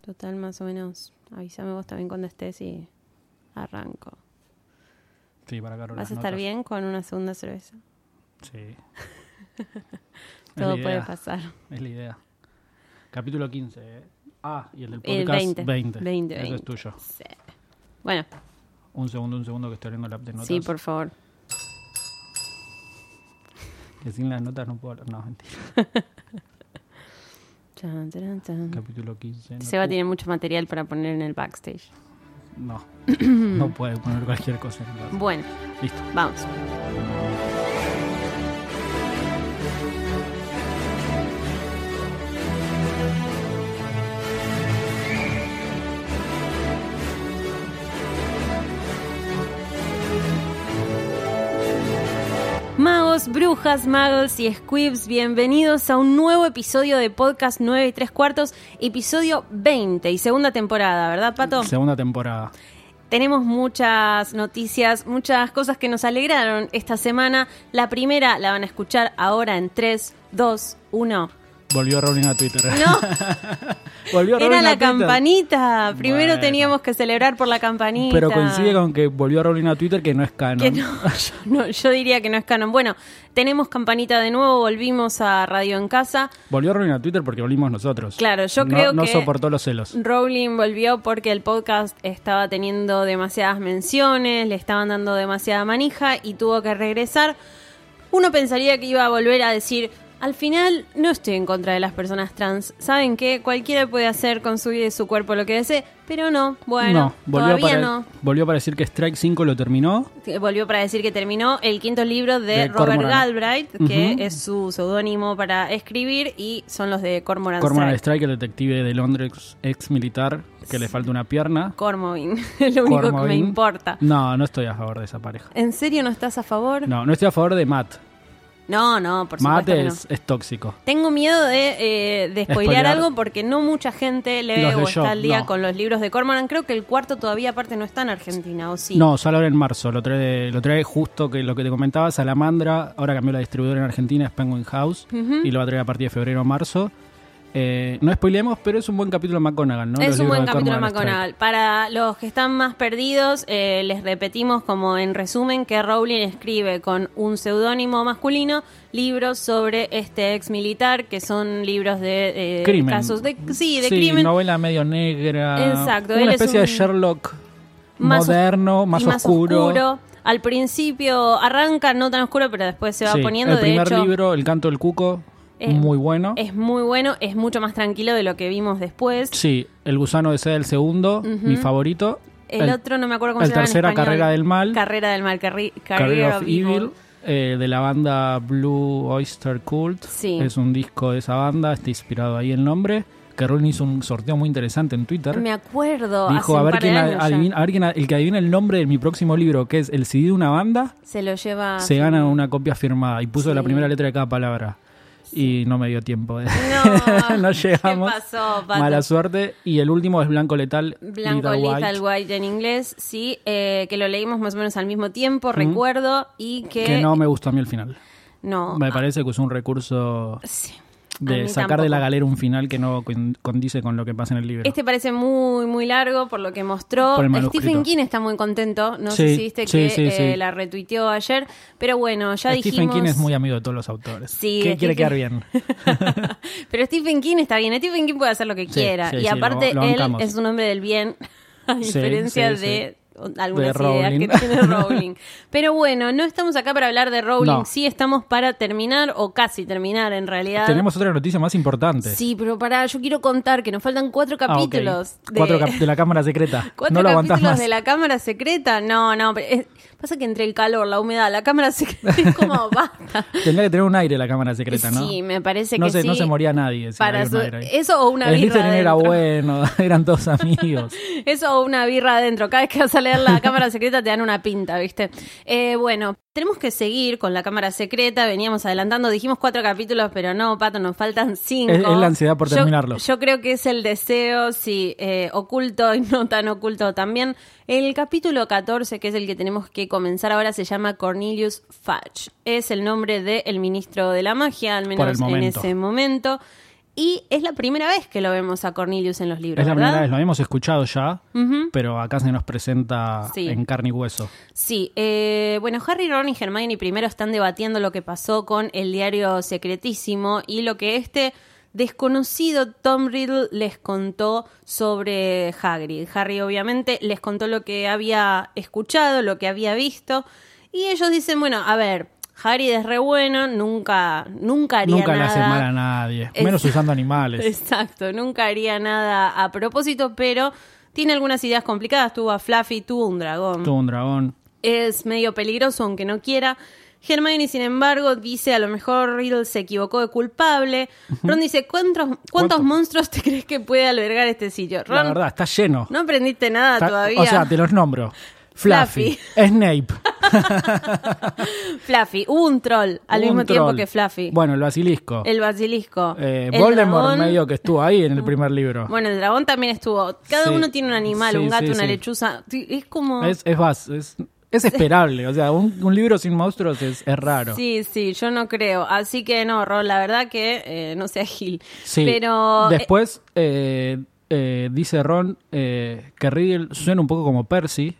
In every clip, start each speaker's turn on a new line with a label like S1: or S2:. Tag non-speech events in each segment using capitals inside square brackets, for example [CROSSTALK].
S1: Total, más o menos. Avísame vos también cuando estés y arranco.
S2: Sí, para Carol.
S1: ¿Vas
S2: las
S1: a estar
S2: notas.
S1: bien con una segunda cerveza? [LAUGHS]
S2: Sí. Es la
S1: Todo
S2: idea,
S1: puede pasar.
S2: [LAUGHS] Es la idea. Capítulo 15. ¿eh? Ah, y el del
S1: El
S2: podcast
S1: 20.
S2: 20.
S1: 20,
S2: Eso es
S1: 20.
S2: tuyo.
S1: Sí. Bueno,
S2: Un segundo, un segundo que estoy abriendo el app de notas.
S1: sí, por favor.
S2: Que sin las notas no puedo hablar. No, mentira.
S1: Chan, chan, chan.
S2: Capítulo 15. No,
S1: Seba tiene mucho material para poner en el backstage. [CLEARS THROAT]
S2: No. no puede poner cualquier cosa. en el app.
S1: Bueno,
S2: Listo.
S1: vamos. Magos, brujas, magos y squibs, bienvenidos a un nuevo episodio de Podcast 9 y 3 cuartos, episodio 20 y segunda temporada, ¿verdad, Pato?
S2: Segunda temporada.
S1: Tenemos muchas noticias, muchas cosas que nos alegraron esta semana. La primera la van a escuchar ahora en 3, 2,
S2: [LAUGHS]
S1: 1.
S2: Volvió Rowling a Twitter.
S1: No,
S2: [LAUGHS] Volvió Rowling
S1: era
S2: a
S1: la
S2: Twitter.
S1: campanita. Primero
S2: Bueno.
S1: teníamos que celebrar por la campanita.
S2: Pero coincide con que volvió Rowling a Twitter, que no es
S1: [LAUGHS]
S2: canon.
S1: Que no, yo, no, yo diría que no es canon. Bueno, tenemos campanita de nuevo, volvimos a Radio en Casa.
S2: Volvió Rowling a Twitter porque volvimos nosotros.
S1: Claro, yo
S2: No-
S1: creo que-
S2: No soportó los celos.
S1: Rowling volvió porque el podcast estaba teniendo demasiadas menciones, le estaban dando demasiada manija y tuvo que regresar. Uno pensaría que iba a volver a decir, al final no estoy en contra de las personas trans. ¿Saben qué? Cualquiera puede hacer con su vida y su cuerpo lo que desee, pero no, bueno,
S2: no, volvió
S1: todavía
S2: para,
S1: no.
S2: volvió para decir que Strike 5 lo terminó.
S1: Que Volvió para decir que terminó el quinto libro de,
S2: De
S1: Robert
S2: Cormoran.
S1: Galbraith, que
S2: Ujú.
S1: es su seudónimo para escribir, y son los de Cormoran
S2: Cormoran
S1: Strike.
S2: Strike, el detective de Londres, ex militar, que le falta una pierna.
S1: Cormovin, [LAUGHS] lo único que me
S2: Cormovin.
S1: importa.
S2: No, no estoy a favor de esa pareja.
S1: ¿En serio no estás a favor?
S2: No, no estoy a favor de Matt.
S1: no, no, por
S2: Matt
S1: supuesto que
S2: es, es tóxico.
S1: no. Tengo miedo de, eh, de spoilear
S2: Spoilear.
S1: algo porque no mucha gente lee
S2: Los
S1: o
S2: leyó,
S1: está al día
S2: no.
S1: con los libros de Cormoran. Creo que el cuarto todavía aparte no está en Argentina, ¿o sí?
S2: No, solo ahora en marzo. Lo trae, lo trae justo que lo que te comentaba, Salamandra. Ahora cambió la distribuidora en Argentina, es Penguin House. Y lo va a traer a partir de febrero o marzo. Eh, no spoilemos, pero es un buen capítulo de McGonagall, ¿no? Los
S1: es un
S2: libros
S1: buen
S2: de
S1: capítulo
S2: Cormoran Strike.
S1: McGonagall. Para los que están más perdidos, eh, les repetimos como en resumen que Rowling escribe con un seudónimo masculino libros sobre este ex militar, que son libros de eh,
S2: Crimen.
S1: casos de... Sí, de crimen.
S2: novela medio negra.
S1: Exacto, él
S2: Una
S1: es
S2: especie
S1: un-
S2: de Sherlock
S1: más os-
S2: moderno, más,
S1: y
S2: oscuro.
S1: Al principio arranca no tan oscuro, pero después se va
S2: Sí,
S1: poniendo.
S2: el primer
S1: de hecho,
S2: libro, El canto del cuco,
S1: Eh,
S2: muy bueno.
S1: es muy bueno, es mucho más tranquilo de lo que vimos después.
S2: Sí, El gusano de seda, el segundo, mi favorito.
S1: el, otro no me acuerdo cómo
S2: el
S1: se llama. en
S2: tercera,
S1: español.
S2: Carrera del Mal.
S1: Carrera del Mal, carri-
S2: Career
S1: Career
S2: of Evil, eh, de la banda Blue Oyster Cult.
S1: Sí.
S2: Es un disco de esa banda, está inspirado ahí el nombre. Que Rowling hizo un sorteo muy interesante en Twitter.
S1: Me acuerdo. hace
S2: Dijo,
S1: un
S2: a ver,
S1: par de
S2: quién
S1: años ya.
S2: adivina, a ver quién a- el que adivina el nombre de mi próximo libro, que es el CD de una banda,
S1: Se lo lleva.
S2: se gana una copia firmada. Y puso la
S1: Ah, Sí.
S2: primera letra de cada palabra. Y no me dio tiempo.
S1: No,
S2: de- [LAUGHS] no llegamos.
S1: ¿Qué pasó, Pato?
S2: Mala suerte. Y el último es Blanco Letal.
S1: Blanco
S2: Little
S1: Lethal,
S2: White,
S1: White en inglés, sí, eh, que lo leímos más o menos al mismo tiempo, recuerdo, y que...
S2: Mm. Que no me gustó a mí el final.
S1: no,
S2: Me parece que usó un recurso
S1: sí. A
S2: de
S1: mí
S2: sacar de la
S1: tampoco.
S2: galera un final que no con- condice con lo que pasa en el libro.
S1: Este parece muy, muy largo por lo que mostró.
S2: Por el manuscrito.
S1: Stephen King está muy contento. No sé
S2: Sí,
S1: si viste
S2: sí,
S1: que
S2: sí,
S1: eh,
S2: sí.
S1: la retuiteó ayer. Pero bueno, ya
S2: Stephen
S1: dijimos.
S2: King es muy amigo de todos los autores.
S1: Sí,
S2: que
S1: de
S2: quiere
S1: Stephen-
S2: quedar bien.
S1: [LAUGHS] Pero Stephen King está bien. Stephen King puede hacer lo que
S2: Sí,
S1: quiera.
S2: sí,
S1: y
S2: sí,
S1: aparte,
S2: lo- lo
S1: él
S2: bancamos.
S1: es un hombre del bien, [LAUGHS] a
S2: Sí,
S1: diferencia
S2: sí, sí.
S1: de algunas
S2: De
S1: ideas que
S2: Rowling.
S1: tiene
S2: [LAUGHS]
S1: Rowling. Pero bueno, no estamos acá para hablar de Rowling.
S2: No.
S1: Sí estamos para terminar, o casi terminar en realidad.
S2: Tenemos otra noticia más importante.
S1: Sí, pero pará, yo quiero contar que nos faltan cuatro
S2: Ah, ok.
S1: capítulos. de-
S2: Cuatro cap- de la cámara secreta.
S1: [LAUGHS] ¿Cuatro
S2: no lo aguantás
S1: capítulos
S2: más.
S1: de la cámara secreta? No, no, pero es- pasa que entre el calor, la humedad, la cámara [LAUGHS] secreta es como basta.
S2: Tendría que tener un aire la cámara secreta, ¿no?
S1: Sí, me parece
S2: no
S1: que
S2: se,
S1: sí.
S2: No se moría nadie. si
S1: Para
S2: había un
S1: su-
S2: aire ahí.
S1: eso o una
S2: El
S1: birra
S2: listening era
S1: adentro.
S2: bueno, [LAUGHS] eran
S1: [LAUGHS]
S2: todos amigos.
S1: Eso o una birra adentro. Cada vez que vas a leer la cámara secreta te dan una pinta, ¿viste? Eh, bueno, tenemos que seguir con la cámara secreta. Veníamos adelantando, dijimos cuatro capítulos, pero no, Pato, nos faltan cinco.
S2: Es- es la ansiedad por
S1: Yo-
S2: terminarlo.
S1: Yo, creo que es el deseo, sí, eh, oculto y no tan oculto también. El capítulo 14, que es el que tenemos que comenzar ahora, se llama Cornelius Fudge. Es el nombre del ministro de la magia, al menos en
S2: momento.
S1: ese momento. Y es la primera vez que lo vemos a Cornelius en los libros.
S2: Es la
S1: ¿verdad?
S2: primera vez, lo habíamos escuchado ya,
S1: Ujú.
S2: pero acá se nos presenta
S1: Sí.
S2: en carne y hueso.
S1: Sí, eh, bueno, Harry, Ron y Hermione primero están debatiendo lo que pasó con el diario secretísimo y lo que este desconocido Tom Riddle les contó sobre Hagrid. Harry obviamente les contó lo que había escuchado, lo que había visto y ellos dicen, bueno, a ver, Hagrid es re bueno, nunca, nunca haría
S2: Nunca le
S1: nada.
S2: hace mal a nadie,
S1: Es-
S2: menos usando
S1: [LAUGHS]
S2: animales.
S1: Exacto, nunca haría nada a propósito, pero tiene algunas ideas complicadas. Tuvo a Fluffy, tuvo un dragón
S2: Tuvo un dragón.
S1: es medio peligroso aunque no quiera. Hermione, sin embargo, dice a lo mejor Riddle se equivocó de culpable. Ron dice, ¿cuántos, cuántos
S2: ¿Cuánto?
S1: monstruos te crees que puede albergar este sitio?
S2: La
S1: Ron,
S2: verdad, está lleno.
S1: no aprendiste nada
S2: Está-
S1: todavía.
S2: O sea, te
S1: [LAUGHS]
S2: los nombro. Fluffy, Snape.
S1: Fluffy, hubo un troll [LAUGHS] al
S2: un
S1: mismo tiempo
S2: troll.
S1: que Fluffy.
S2: Bueno, el basilisco.
S1: el basilisco.
S2: Eh,
S1: el
S2: Voldemort
S1: dragón.
S2: medio que estuvo
S1: [LAUGHS]
S2: ahí en el primer libro.
S1: Bueno, el dragón también estuvo. Cada
S2: Sí.
S1: uno tiene un animal,
S2: Sí,
S1: un gato,
S2: sí,
S1: una
S2: sí.
S1: lechuza. Sí, Es como...
S2: Es, es, bas- es,
S1: [LAUGHS]
S2: es esperable. O sea, un, un libro sin monstruos es, es raro.
S1: Sí, sí, yo no creo. Así que no, Ron, la verdad que eh, no sea Gil.
S2: Sí.
S1: Pero... eh,
S2: Después eh, eh, dice Ron eh, que Riddle suena un poco como Percy,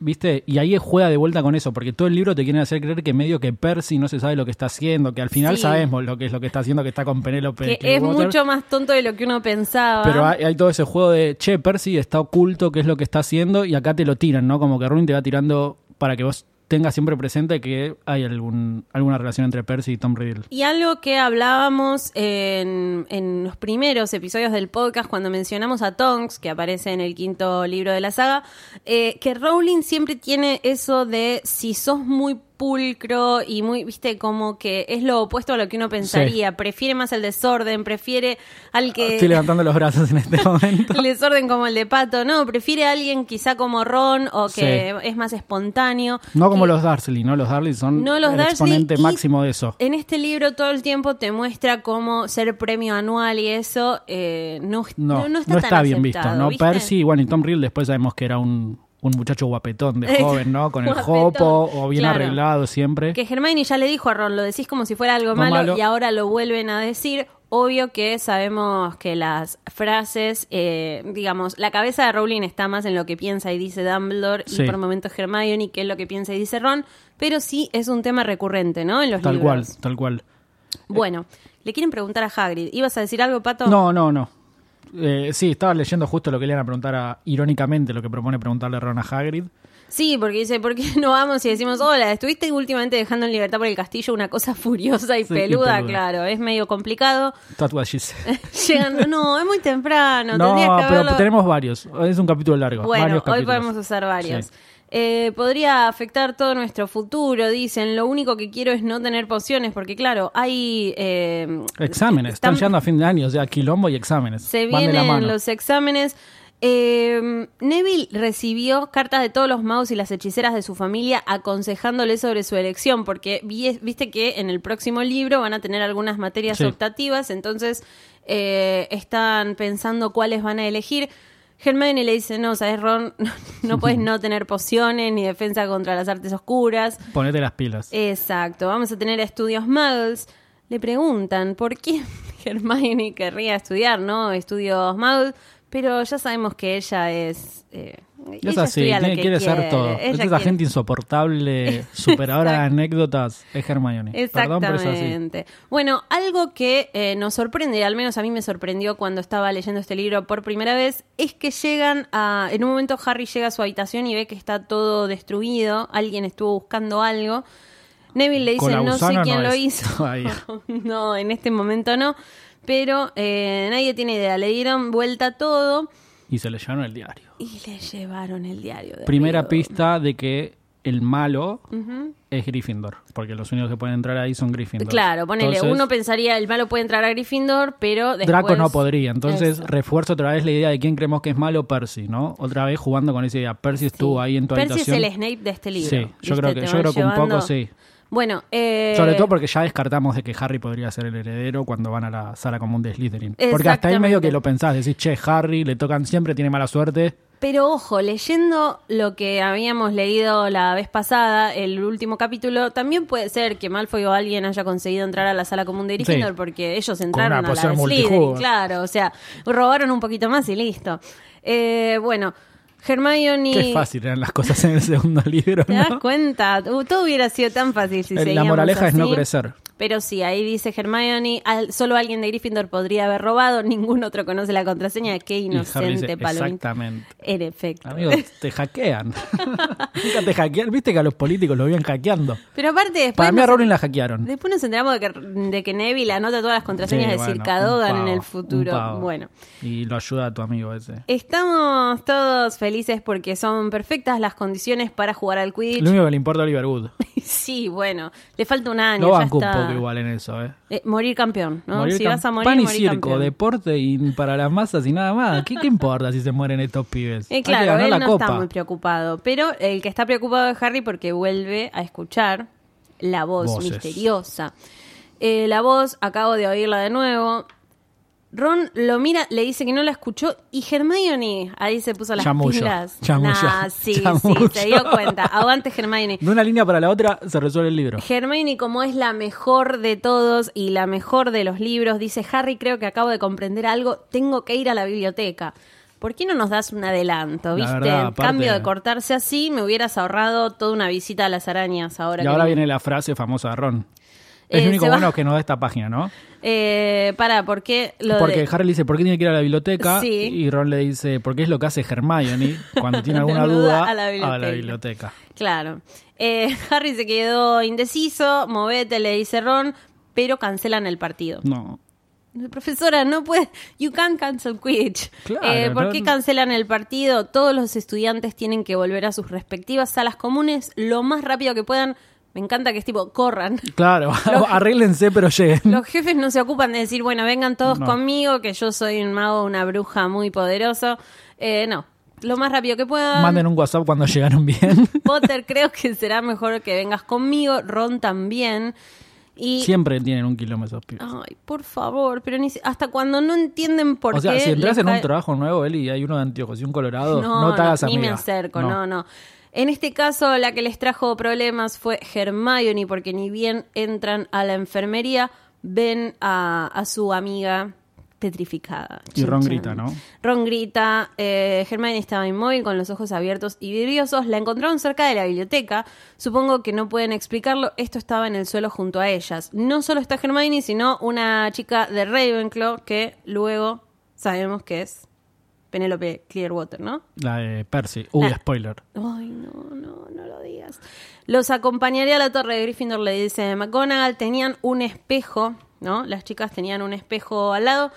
S2: ¿viste? Y ahí juega de vuelta con eso, porque todo el libro te quieren hacer creer que medio que Percy no se sabe lo que está haciendo, que al final
S1: Sí.
S2: sabemos lo que es lo que está haciendo, que está con Penélope.
S1: que es
S2: Clearwater,
S1: mucho más tonto de lo que uno pensaba.
S2: Pero hay, hay todo ese juego de, che, Percy está oculto, qué es lo que está haciendo, y acá te lo tiran, ¿no? Como que Rowling te va tirando para que vos tengas siempre presente que hay algún, alguna relación entre Percy y Tom Riddle.
S1: Y algo que hablábamos en, en los primeros episodios del podcast, cuando mencionamos a Tonks, que aparece en el quinto libro de la saga, eh, que Rowling siempre tiene eso de si sos muy pulcro y muy, viste, como que es lo opuesto a lo que uno pensaría. Prefiere más el desorden, prefiere al que...
S2: Estoy levantando los brazos en este momento.
S1: [LAUGHS] El desorden como el de Pato, no, prefiere a alguien quizá como Ron o que
S2: Sí.
S1: es más espontáneo.
S2: No como
S1: Y-
S2: los Dursley, ¿no? Los Dursley son
S1: Eh, No, los
S2: el
S1: Dursley
S2: exponente
S1: y-
S2: máximo de eso.
S1: En este libro todo el tiempo te muestra cómo ser premio anual y eso eh, no,
S2: No,
S1: no, no está tan
S2: bien
S1: aceptado,
S2: visto, ¿no?
S1: ¿viste?
S2: Percy, y bueno, y Tom Riddle después sabemos que era un, un muchacho guapetón
S1: [LAUGHS]
S2: de
S1: Eh,
S2: joven, ¿no? Con el
S1: guapetón,
S2: jopo o bien
S1: claro.
S2: arreglado siempre.
S1: Que Hermione ya le dijo a Ron, lo decís como si fuera algo
S2: Muy
S1: malo,
S2: malo.
S1: y ahora lo vuelven a decir. Obvio que sabemos que las frases, eh, digamos, la cabeza de Rowling está más en lo que piensa y dice Dumbledore
S2: Sí.
S1: y por momentos Hermione, que es lo que piensa y dice Ron, pero sí es un tema recurrente, ¿no? En los
S2: Tal cual,
S1: libros.
S2: tal cual.
S1: Bueno, le quieren preguntar a Hagrid. ¿Ibas a decir algo, Pato?
S2: No, no, no. Eh, sí, estaba leyendo justo lo que le iban a preguntar, a- irónicamente, lo que propone preguntarle Ron a Hagrid.
S1: Sí, porque dice, ¿por qué [LAUGHS] no vamos y decimos, hola, estuviste últimamente dejando en libertad por el castillo una cosa [LAUGHS] furiosa y,
S2: Sí, y
S1: peluda?
S2: peluda.
S1: Claro, es medio complicado. [LAUGHS]
S2: That's what she said.
S1: Llegan, no, es muy temprano,
S2: No,
S1: tendrías que
S2: pero
S1: haberlo...
S2: tenemos varios. Es un capítulo largo.
S1: Bueno,
S2: varios
S1: hoy
S2: capítulos.
S1: podemos usar varios.
S2: Sí.
S1: Eh, podría afectar todo nuestro futuro, dicen. Lo único que quiero es no tener pociones, porque claro, hay... eh,
S2: Exámenes, están,
S1: Están-
S2: llegando a fin de año, o sea, quilombo y exámenes.
S1: se
S2: Van de la mano.
S1: vienen los exámenes. Eh, Neville recibió cartas de todos los magos y las hechiceras de su familia aconsejándole sobre su elección, porque vi- viste que en el próximo libro van a tener algunas materias
S2: Sí.
S1: optativas, entonces eh, están pensando cuáles van a elegir. Hermione le dice, no, sabes, Ron, [LAUGHS] no, no
S2: [LAUGHS]
S1: puedes no tener pociones ni defensa contra las artes oscuras.
S2: Ponete las pilas.
S1: Exacto, vamos a tener estudios muggles. Le preguntan por qué [LAUGHS] Hermione querría estudiar, ¿no? Estudios muggles, pero ya sabemos que ella es... eh,
S2: Es
S1: ella
S2: así,
S1: estudia lo
S2: tiene-
S1: que
S2: quiere ser todo.
S1: ella
S2: Es esa
S1: quiere. [LAUGHS]
S2: gente insoportable, superadora de anécdotas, es Hermione. Perdón, pero es así.
S1: Exactamente. Bueno, algo que eh, nos sorprende, al menos a mí me sorprendió cuando estaba leyendo este libro por primera vez, es que llegan a... En un momento Harry llega a su habitación y ve que está todo destruido, alguien estuvo buscando algo. Neville le
S2: Con
S1: dice,
S2: la
S1: no sé
S2: gusana
S1: quién
S2: no
S1: lo
S2: es". [LAUGHS]
S1: hizo.
S2: Todavía.
S1: [LAUGHS] no, en este momento no. Pero eh, nadie tiene idea. Le dieron vuelta a todo
S2: Y se le llevaron el diario.
S1: y le llevaron el diario. de
S2: Primera
S1: Riddle.
S2: pista de que el malo es Gryffindor, porque los únicos que pueden entrar ahí son Gryffindor.
S1: Claro, ponele,
S2: Entonces,
S1: uno pensaría el malo puede entrar a Gryffindor, pero después...
S2: Draco no podría, entonces
S1: Eso.
S2: refuerzo otra vez la idea de quién creemos que es malo, Percy, ¿no? Otra vez jugando con esa idea. Percy estuvo ahí en tu
S1: Percy
S2: habitación.
S1: es el Snape de este libro.
S2: Sí, yo
S1: ¿viste?
S2: creo que-
S1: Te
S2: yo
S1: van
S2: creo que un
S1: llevando-
S2: poco sí.
S1: Bueno, eh,
S2: Sobre todo porque ya descartamos de que Harry podría ser el heredero cuando van a la sala común de Slytherin. Porque hasta ahí medio
S1: Exactamente.
S2: que lo pensás, decís, che, Harry le tocan siempre, tiene mala suerte,
S1: Pero ojo, leyendo lo que habíamos leído la vez pasada, el último capítulo, también puede ser que Malfoy o alguien haya conseguido entrar a la sala común de Gryffindor
S2: Sí.
S1: porque ellos
S3: una
S1: entraron a la
S3: poción
S1: de Slytherin,
S3: multijugo.
S1: claro, o sea, robaron un poquito más y listo. Eh, bueno, Hermione
S2: Qué fácil eran las cosas en el segundo [LAUGHS] libro,
S1: ¿Te das
S2: ¿no?
S1: cuenta? Uh, todo hubiera sido tan fácil si
S2: Eh, La
S1: seguíamos
S2: moraleja es no
S1: así.
S2: crecer.
S1: Pero sí, ahí dice Hermione, al- solo alguien de Gryffindor podría haber robado, [LAUGHS] ningún otro conoce la contraseña, qué
S2: Y Harry dice,
S1: inocente palomín.
S2: Exactamente.
S1: En efecto.
S2: Amigos, te hackean.
S1: [LAUGHS]
S2: Nunca te hackean. Viste que a los políticos lo vienen hackeando.
S1: Pero aparte después...
S2: Para mí a
S1: nos-
S2: Rowling la hackearon.
S1: Después nos enteramos de que, de que Neville anota todas las contraseñas
S2: Sí,
S1: de
S2: bueno,
S1: Sir
S2: un
S1: Cadogan en
S2: pavo,
S1: el
S2: un
S1: futuro.
S2: pavo.
S1: Bueno,
S2: Y lo ayuda a tu amigo ese.
S1: estamos todos felices porque son perfectas las condiciones para jugar al
S2: Lo
S1: [LAUGHS] Quidditch.
S2: único que le importa a Oliver Wood.
S1: sí, bueno, le falta un año.
S2: Lo
S1: ya
S2: banco un
S1: está.
S2: poco igual en eso, ¿eh?
S1: Eh, morir campeón, ¿no?
S2: Morir
S1: si
S2: cam-
S1: vas a morir,
S2: pan y
S1: morir
S2: circo,
S1: campeón.
S2: deporte y para las masas y nada más. ¿Qué, qué importa si se mueren estos pibes?
S1: Eh,
S2: Hay que
S1: claro,
S2: ganar
S1: él
S2: la
S1: no
S2: copa.
S1: está muy preocupado, pero el que está preocupado es Harry porque vuelve a escuchar la voz
S2: Voces.
S1: misteriosa. Eh, la voz, acabo de oírla de nuevo. Ron lo mira, le dice que no la escuchó y Hermione ahí se puso las
S2: Chamullo,
S1: pilas.
S2: chamullo,
S1: Nah, sí,
S2: [LAUGHS] chamullo.
S1: sí, se dio cuenta. Aguante Hermione.
S2: De una línea para la otra se resuelve el libro.
S1: Hermione, como es la mejor de todos y la mejor de los libros, dice Harry, creo que acabo de comprender algo, tengo que ir a la biblioteca. ¿Por qué no nos das un adelanto,
S2: La
S1: viste?
S2: verdad,
S1: En
S2: aparte-
S1: Cambio de cortarse así, me hubieras ahorrado toda una visita a las arañas ahora.
S2: Y
S1: que
S2: ahora
S1: viene.
S2: viene la frase famosa de Ron. Es
S1: Eh,
S2: lo único
S1: se va-
S2: bueno que nos da esta página, ¿no?
S1: Eh, para, ¿por qué [LAUGHS] lo
S2: Porque
S1: de-
S2: Harry le dice, ¿por qué tiene que ir a la biblioteca?
S1: Sí.
S2: Y Ron le dice, porque es lo que hace Hermione
S1: [LAUGHS]
S2: cuando tiene alguna
S1: Duda
S2: duda
S1: a la biblioteca.
S2: biblioteca.
S1: Claro. Eh, [LAUGHS] Harry se quedó indeciso, movete, le dice Ron, pero cancelan el partido.
S2: No.
S1: [LAUGHS] Profesora, no puede. You can't cancel Quidditch.
S2: Claro,
S1: Eh, ¿Por
S2: no-
S1: qué cancelan el partido? Todos los estudiantes tienen que volver a sus respectivas salas comunes lo más rápido que puedan. Me encanta que es tipo, corran. [LAUGHS]
S2: Claro, [LAUGHS] arréglense, pero lleguen.
S1: Los jefes no se ocupan de decir, bueno, vengan todos
S2: No.
S1: conmigo, que yo soy un mago, una bruja muy poderoso. Eh, no, lo más rápido que puedan.
S2: Manden un WhatsApp cuando llegaron bien.
S1: Potter, creo que será mejor que vengas conmigo. Ron también. [LAUGHS] Y.
S2: Siempre tienen un kilómetro esos pibes.
S1: Ay, por favor, pero ni si- hasta cuando no entienden por
S2: O sea,
S1: qué.
S2: si entras
S1: les
S2: en un
S1: cae-
S2: trabajo nuevo, Eli, y hay uno de anteojos y un colorado, no, te hagas
S1: ni me
S2: amiga.
S1: acerco, no. no, En este caso, la que les trajo problemas fue Hermione, porque ni bien entran a la enfermería, ven a, a su amiga petrificada.
S2: Y
S1: Chan,
S2: Ron
S1: chan.
S2: grita, ¿no?
S1: Ron grita, eh, Hermione estaba inmóvil con los ojos abiertos y vidriosos, la encontraron cerca de la biblioteca, supongo que no pueden explicarlo, esto estaba en el suelo junto a ellas. No solo está Hermione, sino una chica de Ravenclaw que luego sabemos que es Penélope Clearwater, ¿no?
S2: La de Percy. Uy,
S1: La-
S2: spoiler.
S1: Ay, no, no, no lo digas. Los acompañaré a la torre de Gryffindor, le dice McGonagall. Tenían un espejo, ¿no? Las chicas tenían un espejo al lado.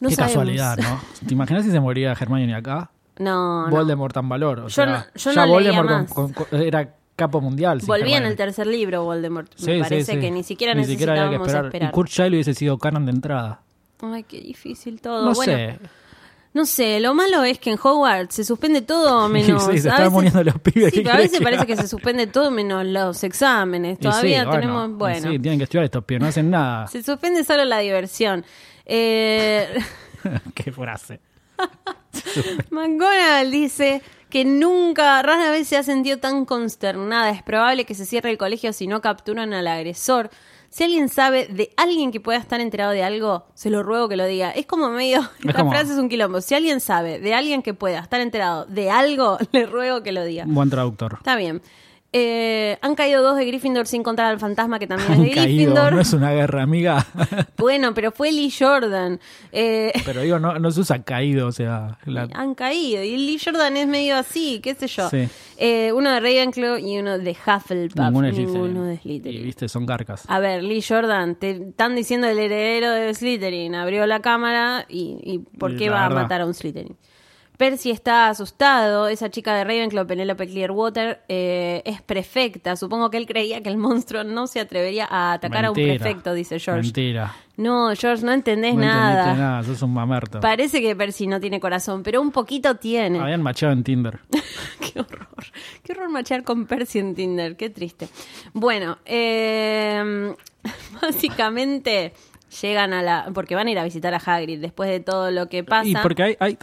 S1: No
S2: Qué
S1: sabemos. [LAUGHS]
S2: casualidad, ¿no? ¿Te imaginas si se moría Hermione acá?
S1: No, no.
S2: Voldemort tan valor. O
S1: Yo
S2: sea,
S1: no- yo
S2: ya
S1: no leía
S2: Voldemort
S1: más.
S2: con- con- con- era capo mundial. sin
S1: Volvía en
S2: Hermione.
S1: el tercer libro, Voldemort.
S2: Sí,
S1: Me
S2: sí,
S1: parece
S2: sí.
S1: que ni siquiera
S2: había
S1: necesitábamos esperar.
S2: Y Kurt Child hubiese sido canon de entrada.
S1: Ay, qué difícil todo.
S2: No
S1: bueno,
S2: sé.
S1: no sé, lo malo es que en Hogwarts se suspende todo menos.
S2: [LAUGHS] Sí, se
S1: a
S2: están
S1: veces-
S2: muriendo los pibes.
S1: Sí,
S2: ¿qué
S1: pero a
S2: querés
S1: veces
S2: que
S1: parece
S2: haga?
S1: que se suspende todo menos los exámenes.
S2: Y sí,
S1: Todavía
S2: bueno,
S1: tenemos.
S2: y
S1: Bueno.
S2: Sí, tienen que estudiar estos pibes, no hacen nada.
S1: Se suspende solo la diversión. Eh,
S2: [LAUGHS]
S1: [LAUGHS]
S2: Qué frase.
S1: McGonagall dice que nunca, rara vez se ha sentido tan consternada. Es probable que se cierre el colegio si no capturan al agresor. Si alguien sabe de alguien que pueda estar enterado de algo, se lo ruego que lo diga. Es como medio. Esta
S2: como-
S1: frase es un quilombo. Si alguien sabe de alguien que pueda estar enterado de algo, [LAUGHS] le ruego que lo diga.
S2: Buen traductor.
S1: Está bien. Eh, han caído dos de Gryffindor sin contar al fantasma que también es
S2: Han
S1: de
S2: caído,
S1: Gryffindor.
S2: no es una guerra, amiga.
S1: Bueno, pero fue Lee Jordan. Eh,
S2: Pero digo, no, no se usa caído, o sea, la-
S1: han caído. Y Lee Jordan es medio así, qué sé yo.
S2: Sí.
S1: Eh, uno de Ravenclaw y uno de Hufflepuff.
S2: ninguno
S1: Ninguno, de
S2: es Slytherin. Y
S1: Slytherin.
S2: viste, son carcas.
S1: A ver, Lee Jordan, te están diciendo el heredero de Slytherin. Abrió la cámara y, y ¿por
S2: Y
S1: qué
S2: la
S1: va
S2: verdad.
S1: a matar a un Slytherin? Percy está asustado. Esa chica de Ravenclaw, Penelope Clearwater, eh, es prefecta. Supongo que él creía que el monstruo no se atrevería a atacar a un
S2: Mentira.
S1: prefecto, dice George.
S2: Mentira.
S1: No, George, no entendés
S2: no
S1: nada.
S2: entendiste nada, sos un mamerto.
S1: Parece que Percy no tiene corazón, pero un poquito tiene.
S2: Habían machado en Tinder.
S1: [LAUGHS] Qué horror. Qué horror machear con Percy en Tinder. Qué triste. Bueno, eh, [LAUGHS] básicamente llegan a la. Porque van a ir a visitar a Hagrid después de todo lo que pasa.
S2: Y porque hay, hay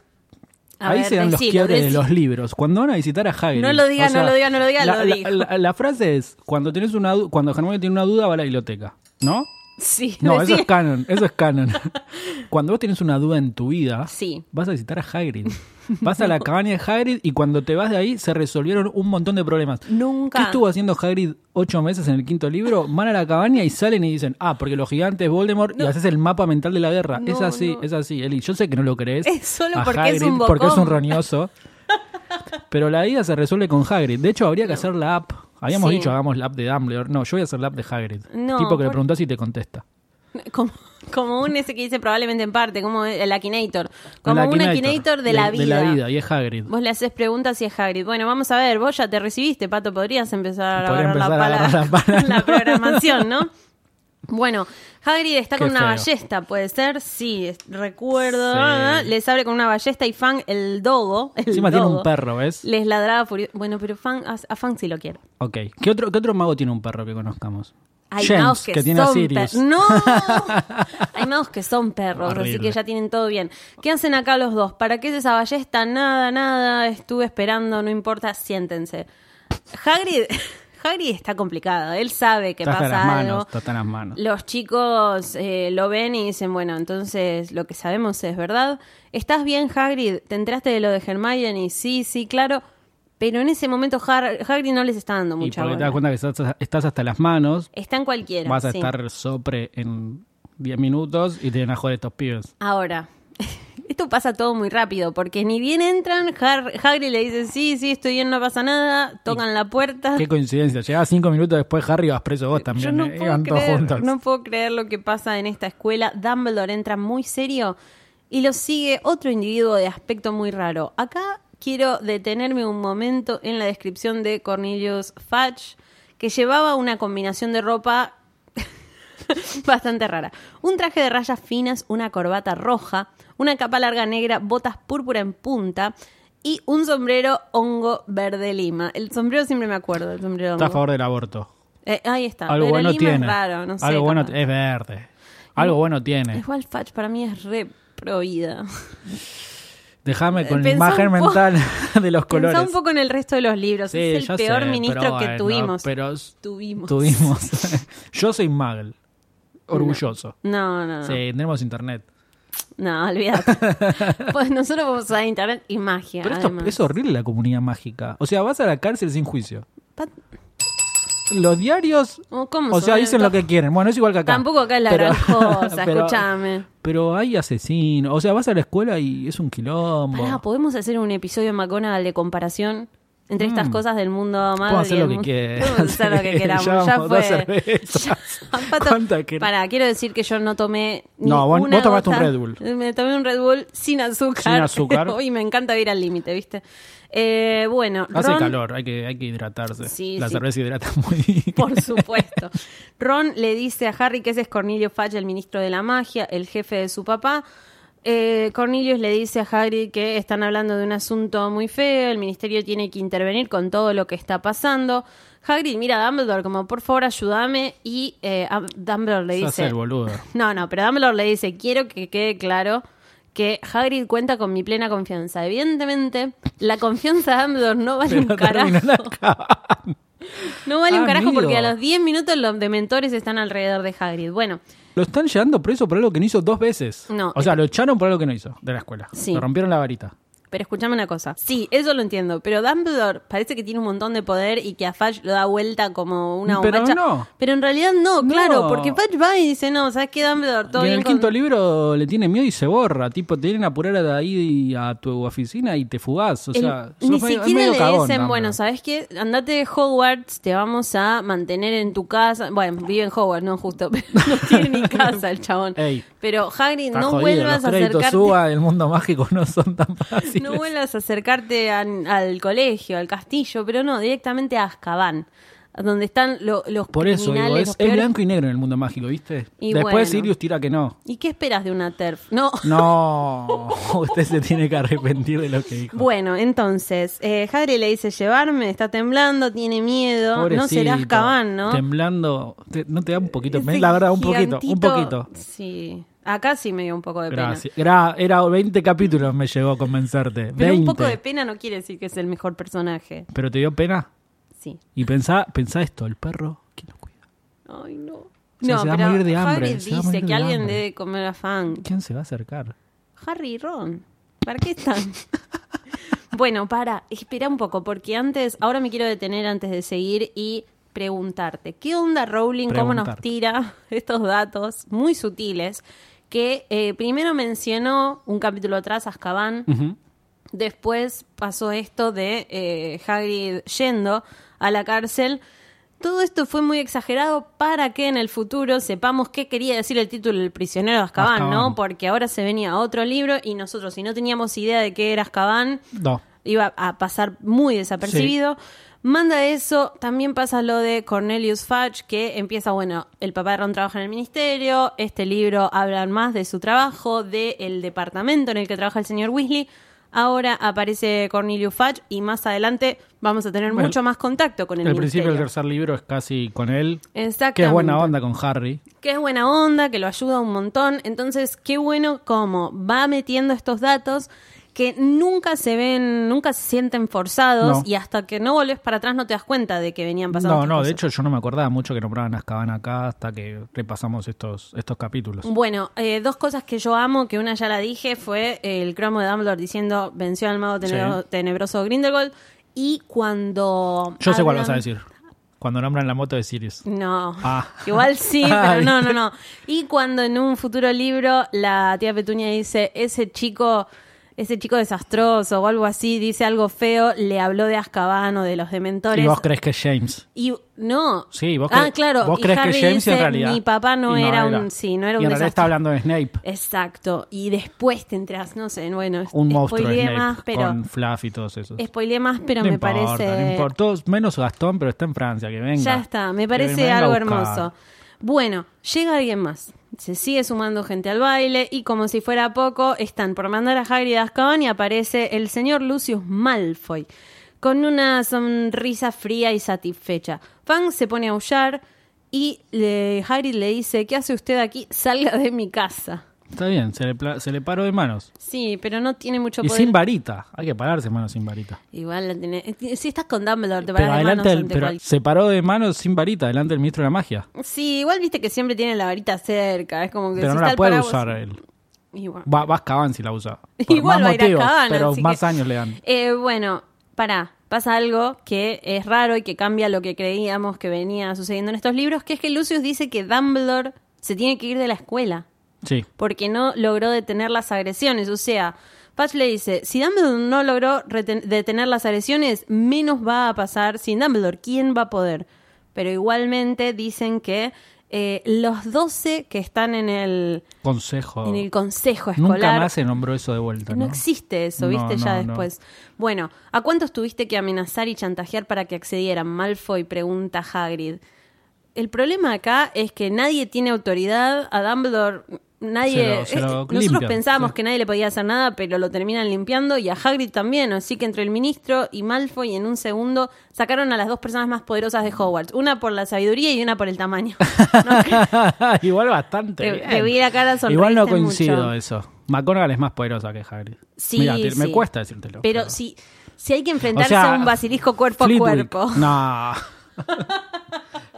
S1: A
S2: Ahí
S1: ver,
S2: se dan los
S1: decilo,
S2: quiebres de
S1: decilo.
S2: los libros. Cuando van a visitar a Hagrid.
S1: No lo diga,
S2: O sea,
S1: no lo diga, no lo diga,
S2: la,
S1: lo
S2: la-
S1: dijo.
S2: la- la frase es, cuando tenés una du- cuando Hermione tiene una duda va a la biblioteca,
S1: [LAUGHS]
S2: ¿no?
S1: Sí,
S2: No,
S1: decí-
S2: eso es canon, eso es canon. [LAUGHS] cuando vos tienes una duda en tu vida,
S1: Sí.
S2: vas a visitar a
S1: [LAUGHS]
S2: Hagrid. Vas a la cabaña de Hagrid y cuando te vas de ahí se resolvieron un montón de problemas.
S1: Nunca.
S2: ¿Qué estuvo haciendo Hagrid ocho meses en el quinto libro? Van a la cabaña y salen y dicen, ah, porque los gigantes Voldemort y haces el mapa mental de la guerra.
S1: No,
S2: es así,
S1: no.
S2: es así, Eli. Yo sé que no lo crees.
S1: Es solo
S2: a
S1: porque es un bocón.
S2: Porque es
S1: [LAUGHS]
S2: un roñoso. Pero la ida se resuelve con Hagrid. De hecho, habría que hacer la app. Habíamos
S1: Sí.
S2: dicho, hagamos la app de Dumbledore. No, yo voy a hacer la app de Hagrid.
S1: No,
S2: tipo que le
S1: por-
S2: preguntás y te contesta.
S1: Como, como un ese que dice probablemente en parte, como el Akinator. Como
S2: El
S1: un Akinator de la vida.
S2: De la vida, y es Hagrid.
S1: Vos le haces preguntas si es Hagrid. Bueno, vamos a ver, vos ya te recibiste, Pato, podrías empezar a
S2: Podría
S1: agarrar la,
S2: empezar a
S1: pala-
S2: agarrar la
S1: [LAUGHS]
S2: pala, ¿no?
S1: la programación, ¿no? Bueno, Hagrid está
S2: Qué
S1: con una
S2: feo.
S1: ballesta, ¿puede ser? Sí, es- recuerdo.
S2: Sí.
S1: ¿verdad? Les abre con una ballesta y Fang, el dogo. el
S2: Encima tiene
S1: dogo,
S2: un perro, ¿ves?
S1: Les ladraba furioso. Bueno, pero Fang, a, a Fang sí lo quiero.
S2: Ok. ¿Qué otro, ¿Qué otro mago tiene un perro que conozcamos?
S1: Hay
S2: James,
S1: magos que,
S2: tiene a
S1: son
S2: Sirius.
S1: perros.
S2: [LAUGHS]
S1: ¡No! Hay magos que son perros, así
S2: Horrible.
S1: que ya tienen todo bien. ¿Qué hacen acá los dos? ¿Para qué es esa ballesta? Nada, nada. Estuve esperando, no importa, siéntense. Hagrid, [LAUGHS] Hagrid está complicado. Él sabe que
S2: Está hasta
S1: pasa
S2: las manos,
S1: algo.
S2: está hasta las manos.
S1: Los chicos eh, lo ven y dicen, bueno, entonces lo que sabemos es verdad. ¿Estás bien, Hagrid? ¿Te enteraste de lo de Hermione? Sí, sí, claro. Pero en ese momento Har- Hagrid no les está dando
S2: Y
S1: mucha
S2: porque te
S1: bola.
S2: das cuenta que estás, estás hasta las manos,
S1: Está en cualquiera.
S2: vas a
S1: sí.
S2: estar sopre en 10 minutos y te van a joder estos pibes.
S1: Ahora, [LAUGHS] esto pasa todo muy rápido, porque ni bien entran, Har- Hagrid le dice, sí, sí, estoy bien, no pasa nada, tocan la puerta.
S2: Qué coincidencia, llegás 5 minutos después Harry y vas preso vos
S1: Ah. Yo
S2: también.
S1: no
S2: eh,
S1: puedo,
S2: iban todos
S1: creer,
S2: juntos.
S1: no puedo creer lo que pasa en esta escuela. Dumbledore entra muy serio y lo sigue otro individuo de aspecto muy raro. Acá quiero detenerme un momento en la descripción de Cornelius Fudge, que llevaba una combinación de ropa [LAUGHS] bastante rara. Un traje de rayas finas, una corbata roja, una capa larga negra, botas púrpura en punta y un sombrero hongo verde lima. El sombrero siempre me acuerdo, el sombrero
S2: Está a
S1: hongo.
S2: favor del aborto.
S1: Eh, ahí está.
S2: Algo
S1: Pero
S2: bueno
S1: Lima
S2: tiene.
S1: Es raro, no sé,
S2: Algo bueno
S1: capaz. Eh,
S2: t- es verde. Algo bueno tiene.
S1: Igual Fudge para mí es re
S2: [LAUGHS]
S1: prohibida.
S2: Déjame con la
S1: Pensá
S2: imagen
S1: un po-
S2: mental [LAUGHS] de los colores.
S1: Pensá un poco en el resto de los libros.
S2: Sí,
S1: es
S2: ya
S1: el peor
S2: sé,
S1: ministro
S2: pero
S1: que
S2: bueno,
S1: tuvimos.
S2: Pero
S1: Tuvimos.
S2: tuvimos. Yo soy Muggle. Orgulloso.
S1: [LAUGHS] No, no, no.
S2: Sí, tenemos internet.
S1: No, olvídate.
S2: [LAUGHS]
S1: pues nosotros vamos a internet y magia.
S2: Pero esto
S1: además.
S2: es horrible la comunidad mágica. O sea, vas a la cárcel sin juicio.
S1: Pat-
S2: Los diarios,
S1: Oh, ¿cómo
S2: o
S1: se
S2: sea,
S1: van
S2: dicen
S1: a-
S2: lo que quieren. Bueno, es igual que acá.
S1: Tampoco acá es la gran
S2: [LAUGHS]
S1: cosa, escúchame.
S2: Pero hay asesinos. O sea, vas a la escuela y es un quilombo.
S1: Pará, ¿podemos hacer un episodio en McGonagall de comparación? Entre estas cosas del mundo amable.
S2: Podemos Mm. hacer
S1: y el
S2: lo que
S1: mundo-
S2: quieras.
S1: Podemos hacer lo que queramos.
S2: [LAUGHS] Ya
S1: Ya,
S2: vamos, dos
S1: fue. [LAUGHS]
S2: cervezas.
S1: Pato,
S2: ¿Cuánta que-
S1: Pará, quiero decir que yo no tomé. ni
S2: No, vos- vos
S1: una
S2: tomaste un
S1: gota.
S2: Red Bull.
S1: Me tomé un Red Bull sin azúcar.
S2: Sin
S1: [LAUGHS]
S2: azúcar.
S1: Uy, me encanta ir al límite, ¿viste? Eh, bueno,
S2: Hace
S1: Ron-
S2: calor, hay que, hay que hidratarse.
S1: Sí,
S2: la
S1: sí.
S2: cerveza hidrata muy bien.
S1: Por supuesto. Ron le dice a Harry que ese es Cornelio Fudge, el ministro de la magia, el jefe de su papá. Eh, Cornelius le dice a Harry que están hablando de un asunto muy feo, el ministerio tiene que intervenir con todo lo que está pasando. Hagrid mira a Dumbledore como, por favor, ayúdame. Y eh, a- Dumbledore le
S2: Se hace
S1: dice...
S2: el boludo.
S1: No, no, pero Dumbledore le dice, quiero que quede claro que Hagrid cuenta con mi plena confianza. Evidentemente, la confianza de Dumbledore no vale un
S2: Pero terminan
S1: carajo.
S2: acá.
S1: No vale un carajo
S2: Ah, Amigo.
S1: porque a los 10 minutos los dementores están alrededor de Hagrid. Bueno,
S2: Lo están llevando preso por algo que no hizo dos veces.
S1: No.
S2: O sea, lo echaron por algo que no hizo de la escuela.
S1: Sí.
S2: Le rompieron la varita.
S1: pero escúchame una cosa. Sí, eso lo entiendo, pero Dumbledore parece que tiene un montón de poder y que a Fudge lo da vuelta como una
S2: Pero
S1: bombacha.
S2: no.
S1: Pero en realidad no,
S2: No.
S1: claro, porque Fudge va y dice, no, ¿sabes qué, Dumbledore? Todo
S2: y en
S1: bien
S2: el
S1: con-
S2: quinto libro le tiene miedo y se borra. Tipo, te vienen a apurar de ahí a tu oficina y te fugás. O
S1: El-
S2: sea, sos
S1: ni
S2: medio- es
S1: siquiera
S2: medio
S1: le
S2: cagón,
S1: dicen,
S2: Dumbledore.
S1: bueno, ¿sabes qué? Andate de Hogwarts, te vamos a mantener en tu casa. Bueno, vive en Hogwarts, no justo, [LAUGHS] pero no tiene ni
S2: [LAUGHS]
S1: casa el chabón.
S2: Ey.
S1: pero Hagrid,
S2: Está
S1: no
S2: jodido,
S1: vuelvas
S2: los
S1: a
S2: créditos
S1: acercarte.
S2: suba del mundo mágico no son tan fáciles.
S1: [LAUGHS] No vuelvas a acercarte a- al colegio, al castillo, pero no, directamente a Azkaban, donde están lo- los
S2: Por eso, digo,
S1: criminales.
S2: es,
S1: los
S2: es
S1: peores.
S2: blanco y negro en el mundo mágico, ¿viste?
S1: Y
S2: Después
S1: bueno.
S2: Sirius tira que no.
S1: ¿Y qué esperas de una TERF?
S2: [LAUGHS]
S1: No.
S2: No, [LAUGHS] usted se tiene que arrepentir de lo que dijo.
S1: Bueno, entonces, eh, Hagrid le dice llevarme, está temblando, tiene miedo, no será
S2: Pobrecito,
S1: Azkaban, ¿no?
S2: Temblando, te- no te da un
S1: [LAUGHS]
S2: poquito,
S1: Ese
S2: la verdad, un poquito, un
S1: gigantito-
S2: poquito.
S1: Sí. Acá sí me dio un poco de
S2: Gracias. Gra- era 20 capítulos me llegó a convencerte.
S1: pena. Pero
S2: 20.
S1: un poco de pena no quiere decir que es el mejor personaje.
S2: Pero te dio pena.
S1: Sí.
S2: Y pensá, pensá esto, el perro, ¿quién lo cuida?
S1: Ay, no.
S2: O sea,
S1: no,
S2: se va a
S1: pero
S2: morir de hambre,
S1: Hagrid
S2: se va a
S1: dice
S2: morir
S1: que
S2: de
S1: alguien
S2: hambre.
S1: debe comer a Fang.
S2: ¿Quién se va a acercar?
S1: Harry y Ron. ¿Para qué están? [LAUGHS] bueno, para, espera un poco, porque antes, ahora me quiero detener antes de seguir y preguntarte, ¿qué onda Rowling, cómo nos
S2: Preguntarte.
S1: tira [LAUGHS] estos datos muy sutiles? Que eh, primero mencionó un capítulo atrás, Azkaban,
S2: Ujú.
S1: Después pasó esto de eh, Hagrid yendo a la cárcel. Todo esto fue muy exagerado para que en el futuro sepamos qué quería decir el título El prisionero de Azkaban,
S2: Azkaban.
S1: ¿no? Porque ahora se venía otro libro y nosotros, si no teníamos idea de qué era Azkaban,
S2: No.
S1: iba a pasar muy desapercibido. Manda eso, también pasa lo de Cornelius Fudge, que empieza, bueno, el papá de Ron trabaja en el ministerio, este libro habla más de su trabajo, del departamento en el que trabaja el señor Weasley. Ahora aparece Cornelius Fudge y más adelante vamos a tener
S2: Bueno,
S1: mucho más contacto con el,
S2: El principio del
S1: ministerio.
S2: tercer libro es casi con él.
S1: Exactamente.
S2: Que es buena onda con Harry.
S1: Que es buena onda, que lo ayuda un montón. Entonces, qué bueno cómo va metiendo estos datos que nunca se ven, nunca se sienten forzados
S2: No.
S1: y hasta que no volvés para atrás no te das cuenta de que venían pasando.
S2: No,
S1: estas
S2: no, de
S1: cosas.
S2: hecho yo no me acordaba mucho que nombraban a Azkaban acá hasta que repasamos estos, estos capítulos.
S1: Bueno, eh, dos cosas que yo amo, que una ya la dije, fue el cromo de Dumbledore diciendo venció al mago tenebro-
S2: Sí.
S1: tenebroso Grindelwald y cuando...
S2: Yo sé cuál
S1: hablan-
S2: vas a decir. Cuando nombran la moto de Sirius.
S1: No.
S2: Ah.
S1: Igual
S2: [LAUGHS]
S1: sí, pero
S2: Ay.
S1: no, no, no. Y cuando en un futuro libro la tía Petunia dice, ese chico, ese chico desastroso o algo así, dice algo feo, le habló de Azkaban o de los dementores.
S2: Y vos crees que es James.
S1: Y- no.
S2: Sí, vos,
S1: ah,
S2: cre-
S1: claro.
S2: vos
S1: y
S2: crees
S1: Harry
S2: que James y en
S1: dice,
S2: realidad.
S1: Mi papá no,
S2: y
S1: era, un. Sí, no era
S2: y
S1: un
S2: en realidad
S1: desastre.
S2: está hablando de Snape.
S1: Exacto. Y después te entras, no sé, bueno,
S2: Un monstruo de
S1: spoileé
S2: Snape.
S1: más, pero.
S2: Con Fluff y todos esos.
S1: spoileé más, pero
S2: no
S1: me
S2: importa,
S1: parece.
S2: No importa. Todos, menos Gastón, pero está en Francia, que venga.
S1: Ya está, me
S2: Que
S1: parece
S2: venga a
S1: algo
S2: buscar.
S1: hermoso. Bueno, llega alguien más. Se sigue sumando gente al baile y como si fuera poco, están por mandar a Hagrid a Azkaban y aparece el señor Lucius Malfoy con una sonrisa fría y satisfecha. Fang se pone a aullar y le, Hagrid le dice, ¿qué hace usted aquí? Salga de mi casa.
S2: Está bien, se le, pla- se le paró de manos.
S1: Sí, pero no tiene mucho
S2: Y
S1: poder.
S2: sin varita. Hay que pararse, mano, sin varita.
S1: Igual la tiene... eh, Si estás con Dumbledore, te
S2: Pero
S1: parás de manos
S2: adelante, del-
S1: ante
S2: pero
S1: cualquier-
S2: se paró de manos sin varita, delante del ministro de la magia.
S1: Sí, igual viste que siempre tiene la varita cerca. Es como que
S2: Pero
S1: si
S2: no
S1: está
S2: la
S1: el
S2: puede
S1: paraguas-
S2: usar él.
S1: Y bueno.
S2: Va, va a Azkaban si la
S1: [LAUGHS]
S2: usa. Por
S1: Igual
S2: más
S1: va a ir a
S2: motivos,
S1: Cabana,
S2: pero
S1: así
S2: más
S1: que-
S2: años le dan.
S1: Eh, bueno, pará. Pasa algo que es raro y que cambia lo que creíamos que venía sucediendo en estos libros, que es que Lucius dice que Dumbledore se tiene que ir de la escuela
S2: Sí.
S1: porque no logró detener las agresiones. O sea, Patch le dice, si Dumbledore no logró reten- detener las agresiones, menos va a pasar sin Dumbledore. ¿Quién va a poder? Pero igualmente dicen que eh, los 12 que están en el,
S2: Consejo.
S1: en el consejo escolar...
S2: Nunca más se nombró eso de vuelta,
S1: No
S2: ¿no?
S1: existe eso,
S2: No,
S1: viste,
S2: no,
S1: ya
S2: no.
S1: después. Bueno, ¿a cuántos tuviste que amenazar y chantajear para que accedieran? Malfoy pregunta a Hagrid. El problema acá es que nadie tiene autoridad, a Dumbledore nadie...
S2: Se lo- se lo
S1: nosotros
S2: limpian,
S1: pensábamos
S2: sí.
S1: que nadie le podía hacer nada, pero lo terminan limpiando y a Hagrid también, así que entre el ministro y Malfoy en un segundo sacaron a las dos personas más poderosas de Hogwarts, una por la sabiduría y una por el tamaño.
S2: [LAUGHS]
S1: No, que-
S2: [LAUGHS] Igual bastante.
S1: Te-
S2: bien.
S1: te vi la cara,
S2: Igual no
S1: sonreíste
S2: coincido
S1: mucho.
S2: eso. McGonagall es más poderosa que Hagrid.
S1: Sí,
S2: Mirá, te-
S1: sí.
S2: me cuesta decírtelo.
S1: pero si, si hay que enfrentarse
S2: O sea,
S1: a un basilisco cuerpo
S2: Flitwick,
S1: a cuerpo.
S2: [LAUGHS] No.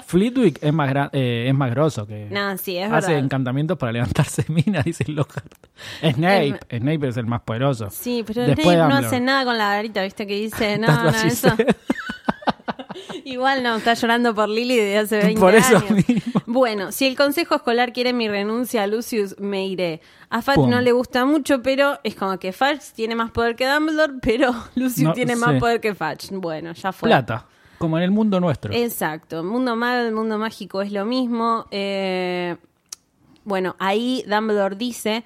S2: Flitwick es más, gran- eh, es más grosso que.
S1: No, sí, es
S2: Hace
S1: verdad.
S2: encantamientos para levantarse [LAUGHS] mina, dice Lockhart. Snape. Snape es el más poderoso.
S1: Sí, pero
S2: Después
S1: Snape no
S2: Dumbledore.
S1: hace nada con la varita, viste que
S2: [LAUGHS]
S1: dice, no,
S2: That's
S1: no,
S2: what she
S1: eso.
S2: said.
S1: [LAUGHS] Igual no, está llorando por Lily desde hace 20
S2: Por eso
S1: años.
S2: mismo.
S1: [LAUGHS] Bueno, si el consejo escolar quiere mi renuncia a Lucius, me iré. A Fudge
S2: Pum.
S1: no le gusta mucho, pero es como que Fudge tiene más poder que Dumbledore, pero [LAUGHS] Lucius
S2: No,
S1: tiene más
S2: sí.
S1: poder que Fudge. Bueno, ya fue. Eh.
S2: Plata. Como en el mundo nuestro.
S1: Exacto. Mundo malo, el mundo mágico es lo mismo. Eh, bueno, ahí Dumbledore dice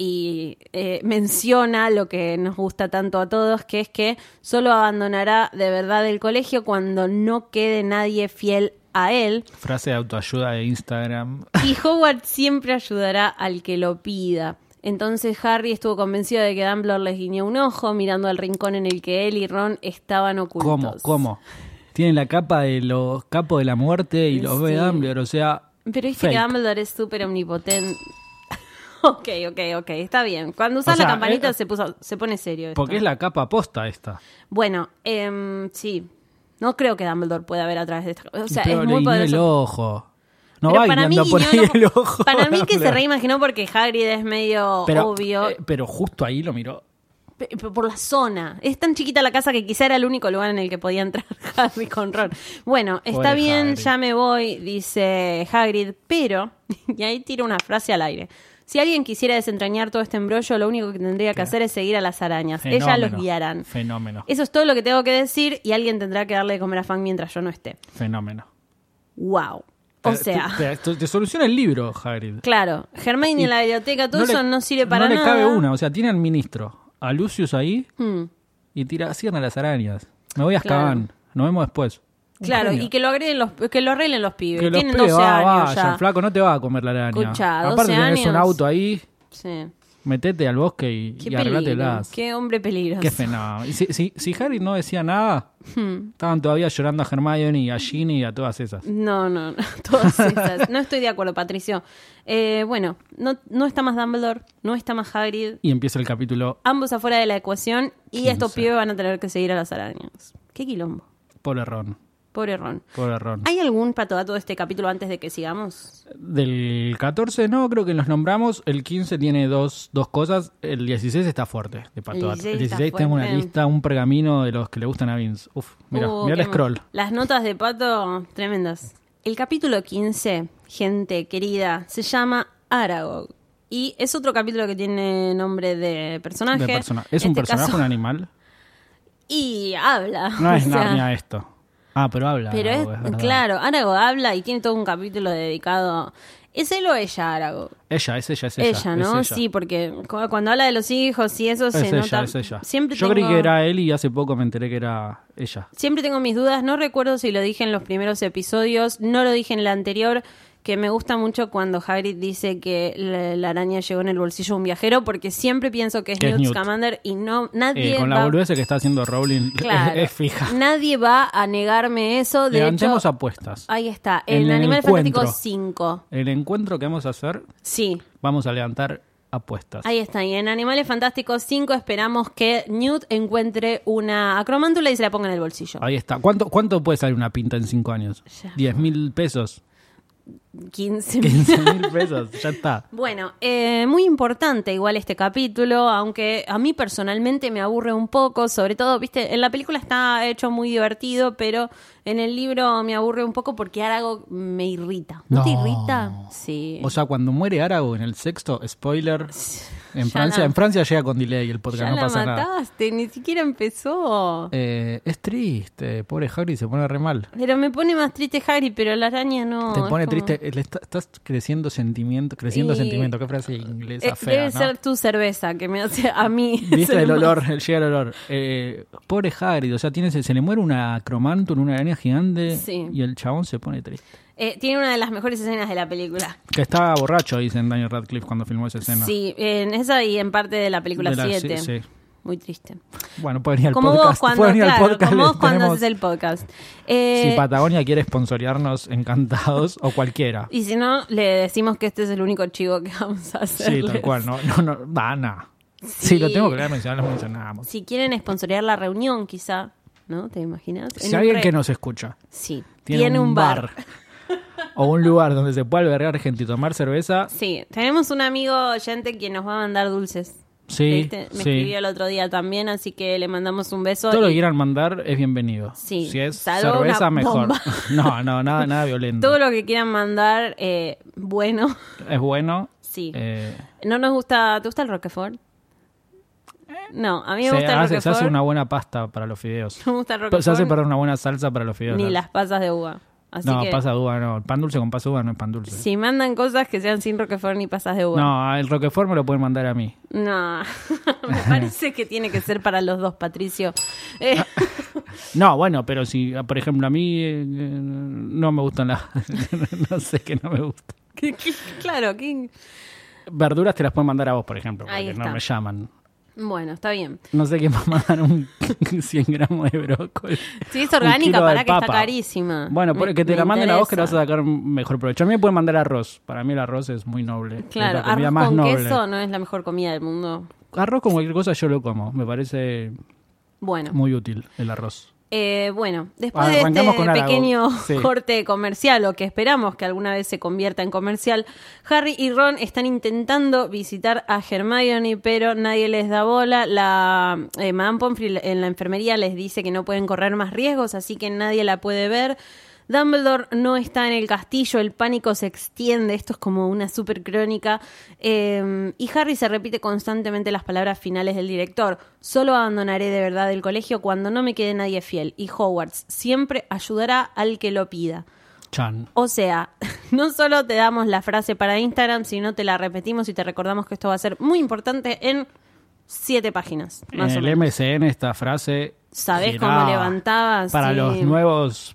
S1: y eh, menciona lo que nos gusta tanto a todos, que es que solo abandonará de verdad el colegio cuando no quede nadie fiel a él.
S2: Frase de autoayuda de Instagram. [LAUGHS]
S1: Y Howard siempre ayudará al que lo pida. Entonces Harry estuvo convencido de que Dumbledore les guiñó un ojo mirando al rincón en el que él y Ron estaban ocultos.
S2: ¿Cómo? ¿Cómo? Tienen la capa de los capos de la muerte y los ve
S1: Sí.
S2: Dumbledore, o sea.
S1: Pero este viste
S2: fake.
S1: que Dumbledore es súper omnipotente. [LAUGHS] ok, ok, ok, está bien. Cuando usas
S2: O sea,
S1: la campanita
S2: eh,
S1: se, puso, se pone serio. esto.
S2: Porque es la capa posta esta.
S1: Bueno, em, sí. No creo que Dumbledore pueda ver a través de esta. O sea,
S2: Pero
S1: es
S2: le
S1: muy
S2: guiñó el
S1: poderoso.
S2: ojo. No
S1: Pero
S2: va
S1: para mí,
S2: guiñando por
S1: guiñó
S2: ahí
S1: el ojo-
S2: el ojo.
S1: para mí
S2: [LAUGHS]
S1: que se
S2: Dumbledore.
S1: reimaginó porque Hagrid es medio
S2: pero,
S1: obvio.
S2: eh, pero justo ahí lo miró.
S1: Pe- pe- por la zona. Es tan chiquita la casa que quizá era el único lugar en el que podía entrar [LAUGHS] Harry con Ron. Bueno, está
S2: Pobre
S1: bien,
S2: Hagrid.
S1: ya me voy, dice Hagrid, pero, [LAUGHS] y ahí tira una frase al aire. Si alguien quisiera desentrañar todo este embrollo, lo único que tendría que
S2: ¿Qué?
S1: hacer es seguir a las arañas. Ellas los
S2: Fenómeno.
S1: guiarán.
S2: Fenómeno.
S1: Eso es todo lo que tengo que decir y alguien tendrá que darle de comer a Fang mientras yo no esté.
S2: Fenómeno.
S1: Wow. O
S2: Te-
S1: sea,
S2: Eh, Te, te- te soluciona el libro, Hagrid.
S1: claro, Germain en la biblioteca Tulson no,
S2: le-
S1: sirve para
S2: no
S1: nada.
S2: le cabe una. O sea, tiene al ministro, a Lucius ahí,
S1: Hmm.
S2: y tira, cierran a las arañas. Me voy a
S1: Claro.
S2: Azkaban. Nos vemos después. Un
S1: Claro,
S2: genio.
S1: y que lo agreguen los, que lo arreglen los pibes.
S2: Que los
S1: Tienen
S2: pibes
S1: 12
S2: va-
S1: años
S2: vayan,
S1: ya.
S2: flaco, no te va a comer la araña.
S1: Escuchá, 12
S2: Aparte tenés un
S1: años.
S2: auto ahí,
S1: Sí.
S2: metete al bosque y,
S1: Qué
S2: y
S1: peligro.
S2: arreglátelas.
S1: Qué hombre peligroso.
S2: Qué fenómeno. Y si, si, si Harry no decía nada,
S1: Hmm.
S2: estaban todavía llorando a Hermione y a Ginny y a todas esas.
S1: No, no, [LAUGHS] no. Todas esas. No estoy de acuerdo, Patricio. Eh, bueno, no, no está más Dumbledore, no está más Hagrid.
S2: Y empieza el capítulo
S1: Ambos afuera de la ecuación y
S2: Quince.
S1: estos pibes van a tener que seguir a las arañas. Qué quilombo.
S2: por error.
S1: Pobre Ron.
S2: Por error.
S1: ¿Hay algún patodato de este capítulo antes de que sigamos?
S2: Del 14, no, creo que los nombramos. El 15 tiene dos, dos cosas. El 16 está fuerte, de pato.
S1: El
S2: El
S1: 16
S2: 16,
S1: está
S2: tengo una
S1: fuerte.
S2: lista, un pergamino de los que le gustan a Vince. Uf, mira,
S1: Uh,
S2: mira
S1: qué
S2: el
S1: mo-
S2: scroll.
S1: Las notas de pato, tremendas. El capítulo 15, gente querida, se llama Aragog. Y es otro capítulo que tiene nombre de personaje.
S2: De persona. ¿Es
S1: En
S2: un
S1: este
S2: personaje,
S1: caso-
S2: un animal?
S1: [LAUGHS] Y habla. [LAUGHS]
S2: No
S1: o
S2: es
S1: sea,
S2: Narnia esto. Ah, pero habla.
S1: Pero es,
S2: Aragog, verdad.
S1: claro, Aragog habla y tiene todo un capítulo dedicado. ¿Es él o ella, Aragog?
S2: Ella, es ella, es ella.
S1: Ella, ¿no?
S2: es ella.
S1: Sí, porque cu- cuando habla de los hijos y eso
S2: Es
S1: se
S2: ella,
S1: nota.
S2: es ella.
S1: Siempre
S2: Yo
S1: tengo...
S2: creí que era él y hace poco me enteré que era ella.
S1: Siempre tengo mis dudas, no recuerdo si lo dije en los primeros episodios, no lo dije en el anterior, que me gusta mucho cuando Hagrid dice que la, la araña llegó en el bolsillo de un viajero, porque siempre pienso que es,
S2: Que es
S1: Newt,
S2: Newt.
S1: Scamander y no
S2: Eh,
S1: nadie
S2: con la
S1: va, [LAUGHS]
S2: boludez que está haciendo Rowling [LAUGHS]
S1: Claro.
S2: es fija.
S1: nadie va a negarme eso. De
S2: Levantemos
S1: hecho,
S2: apuestas.
S1: ahí está,
S2: en
S1: en
S2: el
S1: Animal Fantástico
S2: encuentro.
S1: 5.
S2: El encuentro que vamos a hacer,
S1: Sí,
S2: vamos a levantar apuestas.
S1: ahí está. Y en Animales Fantásticos 5 esperamos que Newt encuentre una acromántula y se la ponga en el bolsillo.
S2: Ahí está. ¿Cuánto, ¿Cuánto puede salir una pinta en cinco años?
S1: Ya.
S2: ¿10 mil pesos? [LAUGHS]
S1: 15
S2: ¿15 mil pesos? Ya está.
S1: Bueno, eh, muy importante igual este capítulo, aunque a mí personalmente me aburre un poco, sobre todo, viste, en la película está hecho muy divertido, pero en el libro me aburre un poco porque Arago me irrita. ¿No, te
S2: No.
S1: irrita? Sí.
S2: O sea, cuando muere Arago en el sexto, spoiler, en
S1: Ya
S2: Francia,
S1: la-
S2: en Francia llega con delay el
S1: ya
S2: podcast, no
S1: la
S2: pasa nada.
S1: mataste, ni siquiera empezó.
S2: Eh, es triste, pobre Harry se pone re mal.
S1: Pero me pone más triste Harry, pero la araña no.
S2: Te
S1: es
S2: pone
S1: como-
S2: triste, eh, le está- estás creciendo sentimiento, creciendo
S1: Y-
S2: sentimiento, qué frase inglesa
S1: Eh,
S2: fea,
S1: debe
S2: ¿no?
S1: ser tu cerveza que me hace a mí.
S2: Viste
S1: [LAUGHS] ser
S2: el
S1: más-
S2: olor, el- llega el olor. Eh, pobre Hagrid, o sea, tiene, se, se le muere una cromántula, una araña gigante
S1: Sí.
S2: y el chabón se pone triste.
S1: Eh, tiene una de las mejores escenas de la película.
S2: Que estaba borracho, dicen Daniel Radcliffe cuando filmó esa escena.
S1: Sí, en esa y en parte de la película
S2: De la-
S1: 7.
S2: sí, sí.
S1: Muy triste.
S2: Bueno, puede venir al
S1: Como
S2: podcast.
S1: vos cuando,
S2: puede venir al
S1: claro,
S2: podcast,
S1: como
S2: le
S1: vos cuando
S2: tenemos-
S1: haces el podcast. Eh,
S2: Si Patagonia quiere sponsorearnos, encantados,
S1: [LAUGHS]
S2: o cualquiera.
S1: y si no, le decimos que este es el único chivo que [LAUGHS] vamos a hacer.
S2: Sí, tal cual, no, no, no, va, nada. Sí.
S1: Sí.
S2: lo tengo que leer, mencionar, lo mencionamos.
S1: Si quieren esponsorear la reunión, quizá, ¿no? ¿Te imaginas? En
S2: Si
S1: un
S2: alguien
S1: re-
S2: que nos escucha
S1: Sí,
S2: tiene, un bar, o un lugar donde se pueda albergar gente y tomar cerveza,
S1: Sí, tenemos un amigo oyente que nos va a mandar dulces.
S2: sí,
S1: ¿Viste? Este, Me
S2: sí.
S1: escribió el otro día también, así que le mandamos un beso.
S2: Todo lo
S1: y
S2: que quieran mandar es bienvenido.
S1: Sí,
S2: Si es
S1: salvo
S2: cerveza,
S1: una
S2: mejor.
S1: [LAUGHS] bomba.
S2: No, no, nada, nada violento.
S1: todo lo que quieran mandar, eh, bueno. [LAUGHS]
S2: Es bueno.
S1: Sí.
S2: eh,
S1: No nos gusta. ¿Te gusta el Roquefort? No, a mí me
S2: se,
S1: gusta el
S2: hace, ah, se
S1: Roquefort.
S2: hace una buena pasta para los fideos.
S1: No [LAUGHS] me gusta el Roquefort.
S2: Se hace para una buena salsa para los fideos.
S1: Ni
S2: ¿no?
S1: las pasas de uva. Así
S2: no,
S1: que
S2: pasa de uva, no. El pan dulce con pasa de uva no es pan dulce.
S1: si mandan cosas que sean sin Roquefort ni pasas de uva.
S2: No, el Roquefort me lo pueden mandar a mí.
S1: No. [LAUGHS]
S2: [LAUGHS]
S1: me parece que tiene que ser para los dos, Patricio.
S2: Ah.
S1: Eh,
S2: No, bueno, pero si, por ejemplo, a mí eh, eh, no me gustan las... [LAUGHS] no sé que no me gusta.
S1: [LAUGHS] que- que- claro, que-
S2: Verduras te las pueden mandar a vos, por ejemplo,
S1: Ahí
S2: porque
S1: está.
S2: no me llaman.
S1: Bueno, está bien.
S2: No sé qué más dar un [LAUGHS] 100 gramos de brócoli.
S1: Si es
S2: Un
S1: orgánica,
S2: kilo de
S1: para que está
S2: papa.
S1: carísima.
S2: Bueno,
S1: Me-
S2: porque que te
S1: me
S2: la manden a vos que la vas
S1: interesa.
S2: a sacar mejor provecho. A mí me pueden mandar arroz. Para mí el arroz es muy noble.
S1: Claro,
S2: es la comida
S1: arroz
S2: más
S1: con
S2: noble.
S1: queso no es la mejor comida del mundo.
S2: Arroz con cualquier cosa yo lo como. Me parece
S1: Bueno,
S2: muy útil el arroz.
S1: eh, bueno, después de
S2: Ah, Arrancamos con
S1: este
S2: Aragón.
S1: pequeño
S2: Sí.
S1: corte comercial, o que esperamos que alguna vez se convierta en comercial, Harry y Ron están intentando visitar a Hermione, pero nadie les da bola. La eh, Madame Pomfrey en la enfermería les dice que no pueden correr más riesgos, así que nadie la puede ver. Dumbledore no está en el castillo, el pánico se extiende, esto es como una super crónica. eh, y Harry se repite constantemente las palabras finales del director: Solo abandonaré de verdad el colegio cuando no me quede nadie fiel. Y Hogwarts siempre ayudará al que lo pida.
S2: Chan.
S1: O sea, [LAUGHS] no solo te damos la frase para Instagram, sino te la repetimos y te recordamos que esto va a ser muy importante en siete páginas, más
S2: en
S1: o
S2: el
S1: menos.
S2: MCN esta frase.
S1: ¿Sabés cómo
S2: giraba.
S1: levantabas?
S2: Para
S1: Sí.
S2: los nuevos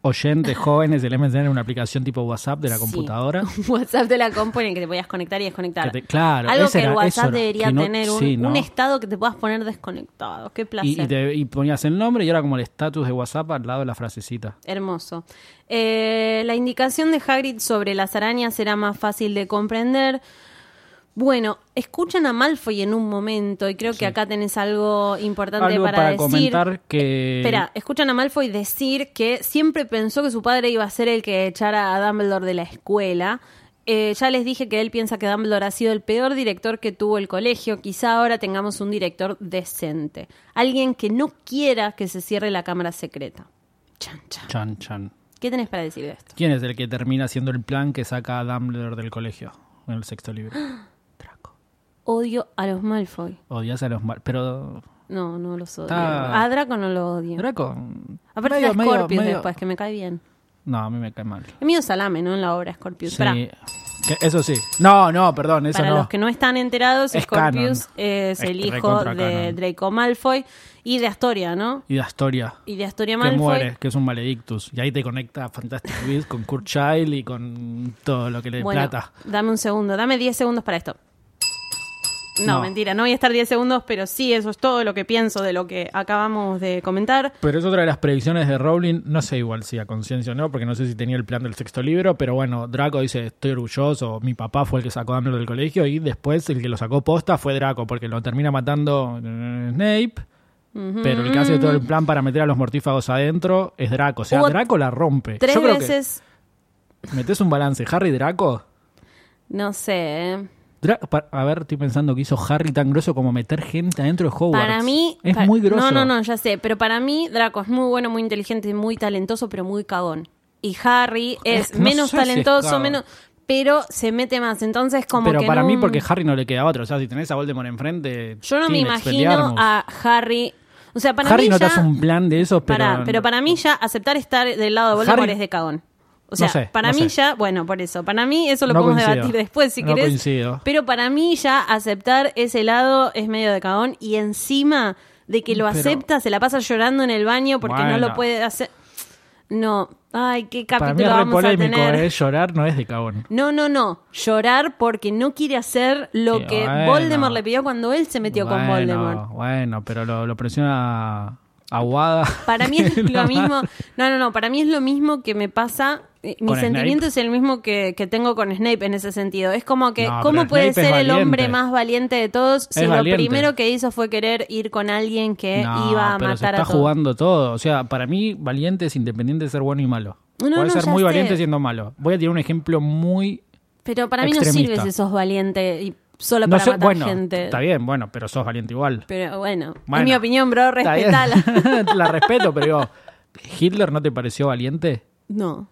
S2: oyentes jóvenes, el MCN era una aplicación tipo WhatsApp de la
S1: Sí.
S2: computadora.
S1: [LAUGHS] WhatsApp de la compu en el que te podías conectar y desconectar.
S2: Que te- claro,
S1: Algo
S2: ese
S1: que
S2: era-
S1: el
S2: eso
S1: WhatsApp
S2: era,
S1: debería
S2: que no-
S1: tener un,
S2: sí, ¿no?
S1: un estado que te puedas poner desconectado. Qué placer.
S2: Y, y te- y ponías el nombre y ahora como el estatus de WhatsApp al lado de la frasecita.
S1: Hermoso. Eh, la indicación de Hagrid sobre las arañas era más fácil de comprender. Bueno, escuchan a Malfoy en un momento y creo que acá tenés algo importante
S2: Algo
S1: para,
S2: para,
S1: decir. eh,
S2: comentar que...
S1: Espera, escuchan a Malfoy decir que siempre pensó que su padre iba a ser el que echara a Dumbledore de la escuela. Eh, ya les dije que él piensa que Dumbledore ha sido el peor director que tuvo el colegio. Quizá ahora tengamos un director decente. Alguien que no quiera que se cierre la cámara secreta. Chan, chan.
S2: Chan, chan.
S1: ¿Qué tenés para decir de esto?
S2: ¿Quién es el que termina haciendo el plan que saca a Dumbledore del colegio en el sexto libro?
S1: [GASPS]
S2: Draco.
S1: Odio a los Malfoy.
S2: Odias a los mal... Pero...
S1: No, no los odio.
S2: Está-
S1: A Draco no lo odio.
S2: Draco...
S1: Aparte
S2: medio-
S1: está
S2: medio-
S1: Scorpius
S2: medio-
S1: después, que me cae bien.
S2: No, a mí me cae mal.
S1: Es mío salame, ¿no? En la obra Scorpius.
S2: Sí.
S1: Pará.
S2: Que- eso sí. No, no, perdón, eso
S1: Para
S2: no.
S1: los que no están enterados,
S2: Es
S1: Scorpius
S2: canon.
S1: es,
S2: Es
S1: el hijo
S2: recontra
S1: de
S2: canon.
S1: Draco Malfoy y de Astoria, ¿no?
S2: Y la historia.
S1: Y de Astoria
S2: Que
S1: Malfoy.
S2: muere, que es un maledictus. Y ahí te conecta Fantastic Beasts con Kurt Child y con todo lo que le
S1: Bueno,
S2: plata.
S1: dame un segundo, dame 10 segundos para esto. No,
S2: No.
S1: mentira, no voy a estar 10 segundos, pero sí, eso es todo lo que pienso de lo que acabamos de comentar.
S2: Pero es otra de las predicciones de Rowling. No sé igual si a conciencia o no, porque no sé si tenía el plan del sexto libro. Pero bueno, Draco dice: Estoy orgulloso. Mi papá fue el que sacó a Dumbledore del colegio. Y después el que lo sacó posta fue Draco, porque lo termina matando eh, Snape. Pero el que hace todo el plan para meter a los mortífagos adentro es Draco. O sea,
S1: Hubo
S2: Draco la rompe.
S1: Tres
S2: Yo creo
S1: veces,
S2: que metes un balance. Harry Draco.
S1: no sé. ¿eh?
S2: Dra- pa- a ver, estoy pensando que hizo Harry tan grosso como meter gente adentro de Hogwarts.
S1: Para mí.
S2: Es
S1: pa-
S2: muy
S1: No,
S2: grosso.
S1: no, no, ya sé. Pero para mí, Draco es muy bueno, muy inteligente, muy talentoso, pero muy cagón. Y Harry es
S2: Es que Eh, no
S1: menos
S2: sé si es
S1: talentoso,
S2: cagón.
S1: menos. Pero se mete más. Entonces, como
S2: Pero
S1: que
S2: para
S1: en
S2: mí,
S1: un-
S2: porque Harry no le queda otro. O sea, si tenés a Voldemort enfrente.
S1: Yo no me
S2: tiene
S1: imagino
S2: Expelliarmus.
S1: a Harry. O sea, para
S2: Harry
S1: mí
S2: no
S1: ya.
S2: te hace un plan de esos, pero.
S1: Pará, pero, para mí ya aceptar estar del lado de Voldemort
S2: Harry-
S1: es de cagón. O sea,
S2: No sé,
S1: para
S2: no
S1: mí
S2: sé.
S1: ya, bueno, por eso, para mí eso lo
S2: No
S1: podemos
S2: coincido.
S1: debatir después si
S2: No
S1: querés.
S2: coincido.
S1: Pero para mí ya aceptar ese lado es medio de cagón y encima de que lo
S2: Pero-
S1: acepta se la pasa llorando en el baño porque no lo
S2: Bueno.
S1: puede hacer. No, ay, qué
S2: Para mí
S1: capítulo
S2: es re
S1: vamos a
S2: polémico,
S1: tener.
S2: ¿eh? Llorar no es de cagón.
S1: No, no, no. Llorar porque no quiere hacer lo
S2: Sí,
S1: que
S2: bueno.
S1: Voldemort le pidió cuando él se metió con
S2: Bueno,
S1: Voldemort.
S2: Bueno, pero lo, lo presiona Aguada.
S1: Para
S2: [LAUGHS]
S1: mí es lo mismo. No, no, no. Para mí es lo mismo que me pasa. eh, Mi
S2: ¿Con
S1: sentimiento es el mismo que, que tengo con Snape en ese sentido. Es como que,
S2: No,
S1: ¿cómo
S2: pero
S1: puede
S2: Snape es
S1: ser el hombre
S2: valiente.
S1: más valiente de todos si
S2: Es
S1: lo
S2: valiente.
S1: primero que hizo fue querer ir con alguien que
S2: No,
S1: iba a
S2: pero se
S1: matar
S2: está
S1: a todos?
S2: jugando todo. O sea, para mí, valiente es independiente de ser bueno y malo.
S1: No, no,
S2: Puede
S1: no,
S2: ser
S1: ya
S2: muy
S1: sé.
S2: valiente siendo malo. Voy a tirar un ejemplo muy
S1: Pero para mí no
S2: Extremista.
S1: sirve si sos valiente y solo
S2: No
S1: para
S2: sé-
S1: matar
S2: bueno,
S1: gente.
S2: Está bien, bueno, pero sos valiente igual.
S1: Pero bueno,
S2: Bueno,
S1: es mi opinión, bro.
S2: Está bien. [LAUGHS]
S1: Respetala.
S2: la respeto, pero digo, ¿Hitler no te pareció valiente?
S1: No.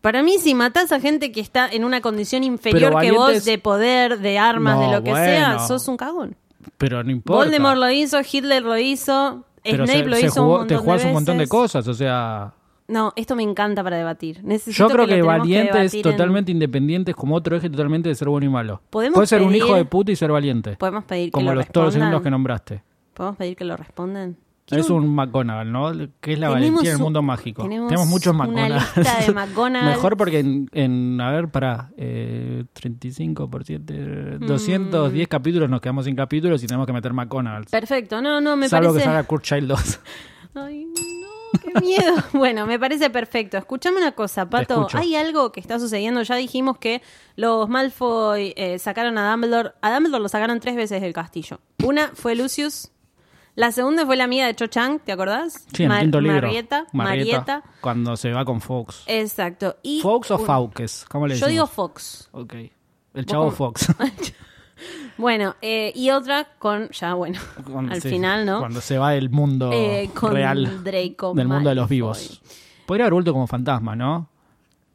S1: Para mí, si matás a gente que está en una condición inferior que
S2: valiente
S1: vos,
S2: es-
S1: de poder, de armas, de
S2: No,
S1: lo que sea,
S2: bueno.
S1: sos un cagón.
S2: Pero no importa.
S1: Voldemort lo hizo, Hitler lo hizo,
S2: Pero
S1: Snape
S2: se-
S1: lo
S2: se
S1: hizo un
S2: jugó-
S1: montón
S2: Te
S1: de
S2: jugás
S1: veces.
S2: un montón de cosas, o sea...
S1: No, esto me encanta para debatir. Necesito
S2: Yo creo que,
S1: lo tenemos
S2: valiente es
S1: debatir en-
S2: totalmente independiente, es como otro eje totalmente de ser bueno y malo.
S1: Podemos
S2: Puedes ser un
S1: pedir-
S2: hijo de puta y ser valiente.
S1: Podemos pedir que
S2: Como
S1: lo
S2: los todos los
S1: respondan?
S2: segundos que nombraste.
S1: Podemos pedir que lo respondan.
S2: Es un McGonagall, ¿no? Que es la
S1: Tenemos
S2: valentía del
S1: un-
S2: mundo mágico.
S1: tenemos
S2: Tenemos, muchos
S1: una
S2: McGonagall.
S1: lista
S2: [LAUGHS]
S1: de McGonagall.
S2: Mejor porque en, en- a ver, eh, para 35 por 7,
S1: Mm.
S2: 210 capítulos, nos quedamos sin capítulos y tenemos que meter McGonagall.
S1: Perfecto, no, no, me
S2: Salvo que
S1: parece.
S2: salga Kurt Child [LAUGHS] 2.
S1: Ay, no, qué [LAUGHS] miedo. bueno, me parece perfecto. Escuchame una cosa, Pato.
S2: escucho.
S1: Hay algo que está sucediendo. Ya dijimos que los Malfoy eh, sacaron a Dumbledore. A Dumbledore lo sacaron tres veces del castillo. Una fue Lucius. La segunda fue la amiga de Cho Chang, ¿te acordás?
S2: Sí, en el
S1: Mar-
S2: quinto libro.
S1: Marieta.
S2: Marieta,
S1: Marieta.
S2: Cuando se va con Fox.
S1: Exacto. Y
S2: ¿Fox o
S1: un-
S2: Fawkes? ¿Cómo le
S1: Yo
S2: decimos?
S1: digo Fox.
S2: Ok. El chavo
S1: cómo- [LAUGHS]
S2: Fox.
S1: Bueno, eh, y otra con, ya bueno,
S2: Cuando
S1: al
S2: se-
S1: final, ¿no?
S2: Cuando se va del mundo
S1: Eh, con
S2: real.
S1: Draco
S2: del mundo de los
S1: Malfoy.
S2: vivos. Podría haber vuelto como fantasma, ¿no?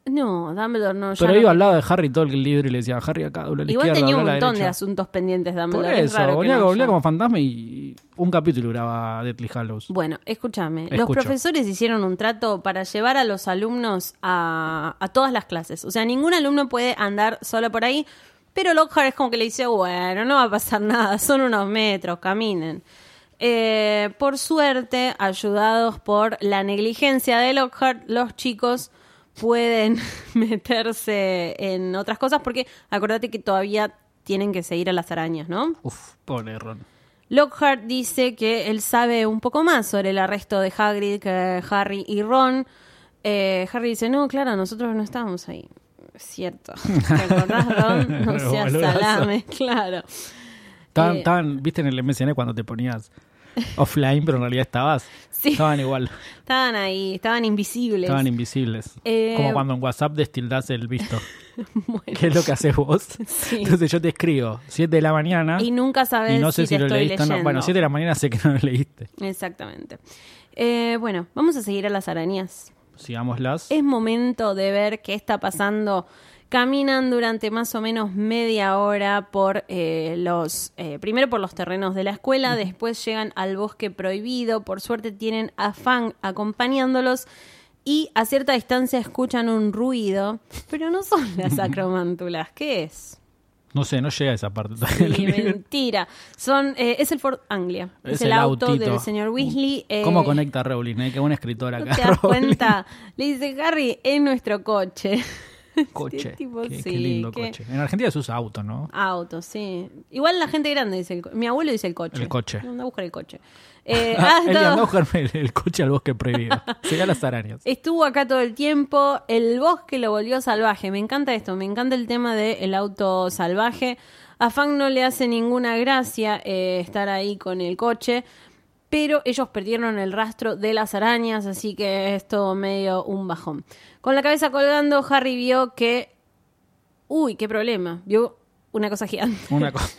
S1: No, Dumbledore no. ya
S2: Pero
S1: no-
S2: iba al lado de Harry todo el libro y le decía, Harry acá, doble a la
S1: Igual
S2: izquierda,
S1: tenía un
S2: doble a la
S1: montón de
S2: derecha".
S1: asuntos pendientes
S2: Por
S1: Dumbledore. es
S2: eso,
S1: raro que
S2: volvía,
S1: no
S2: volvía
S1: haya-
S2: como fantasma y un capítulo duraba Deathly Hallows.
S1: Bueno, escúchame. Los
S2: Escucho.
S1: profesores hicieron un trato para llevar a los alumnos a, a todas las clases. O sea, ningún alumno puede andar solo por ahí. Pero Lockhart es como que le dice, bueno, no va a pasar [LAUGHS] nada, son unos metros, caminen. Eh, por suerte, ayudados por la negligencia de Lockhart, los chicos pueden [LAUGHS] meterse en otras cosas porque acordate que todavía tienen que seguir a las arañas, ¿no?
S2: Uf, pobre Ron.
S1: Lockhart dice que él sabe un poco más sobre el arresto de Hagrid que Harry y Ron. Eh, Harry dice, no, claro, nosotros no estábamos ahí. Es
S2: [LAUGHS]
S1: Cierto. ¿Te acordás, Ron? No seas
S2: Boludazo.
S1: salame, [LAUGHS] claro.
S2: Estaban,
S1: Eh.
S2: estaban- viste en el MSN cuando te ponías offline, pero en realidad estabas.
S1: [LAUGHS] Sí.
S2: Estaban igual,
S1: Estaban ahí, estaban invisibles.
S2: estaban invisibles.
S1: Eh.
S2: Como cuando en WhatsApp destildás el visto.
S1: [LAUGHS] Bueno,
S2: ¿Qué es lo que haces vos?
S1: [LAUGHS] Sí.
S2: Entonces yo te escribo, 7 de la mañana,
S1: y nunca sabes
S2: Ah. y no sé si,
S1: te
S2: lo
S1: estoy
S2: leíste o no.
S1: leyendo.
S2: Bueno, 7 de la mañana sé que no lo leíste.
S1: Exactamente. Eh, bueno, vamos a seguir a las arañas.
S2: Sigámoslas.
S1: Es momento de ver qué está pasando. Caminan durante más o menos media hora por eh, los. eh, primero por los terrenos de la escuela, después llegan al bosque prohibido. Por suerte tienen a Fang acompañándolos. Y a cierta distancia escuchan un ruido, pero no son las acromántulas. ¿Qué [LAUGHS] es?
S2: No sé, no llega a esa parte.
S1: Sí, mentira. Son, eh, es el Ford Anglia. Es, el, auto del señor Weasley. eh,
S2: ¿Cómo conecta Rowling? Eh? Qué buena escritora
S1: ¿No
S2: acá. [LAUGHS]
S1: te das
S2: Rowling.
S1: cuenta? Le dice Harry, es nuestro coche. [LAUGHS]
S2: Coche.
S1: este Tipo,
S2: qué, qué
S1: sí,
S2: lindo
S1: qué-
S2: coche. En Argentina se usa auto, ¿no?
S1: Auto, sí. Igual la gente grande dice el co- Mi abuelo dice el coche.
S2: El coche.
S1: Anda a buscar el
S2: [LAUGHS]
S1: coche. Eh, ah,
S2: Ah, Él
S1: todo-
S2: andó a buscarme el, el coche al bosque
S1: [LAUGHS]
S2: prohibido. Sería las arañas.
S1: Estuvo acá todo el tiempo. El bosque lo volvió salvaje. Me encanta esto. Me encanta el tema del auto salvaje. A Fang no le hace ninguna gracia eh, estar ahí con el coche. Pero ellos perdieron el rastro de las arañas, así que es todo medio un bajón. Con la cabeza colgando, Harry vio que. Uy, qué problema. Vio una cosa gigante. [LAUGHS]
S2: [LAUGHS] Una cosa.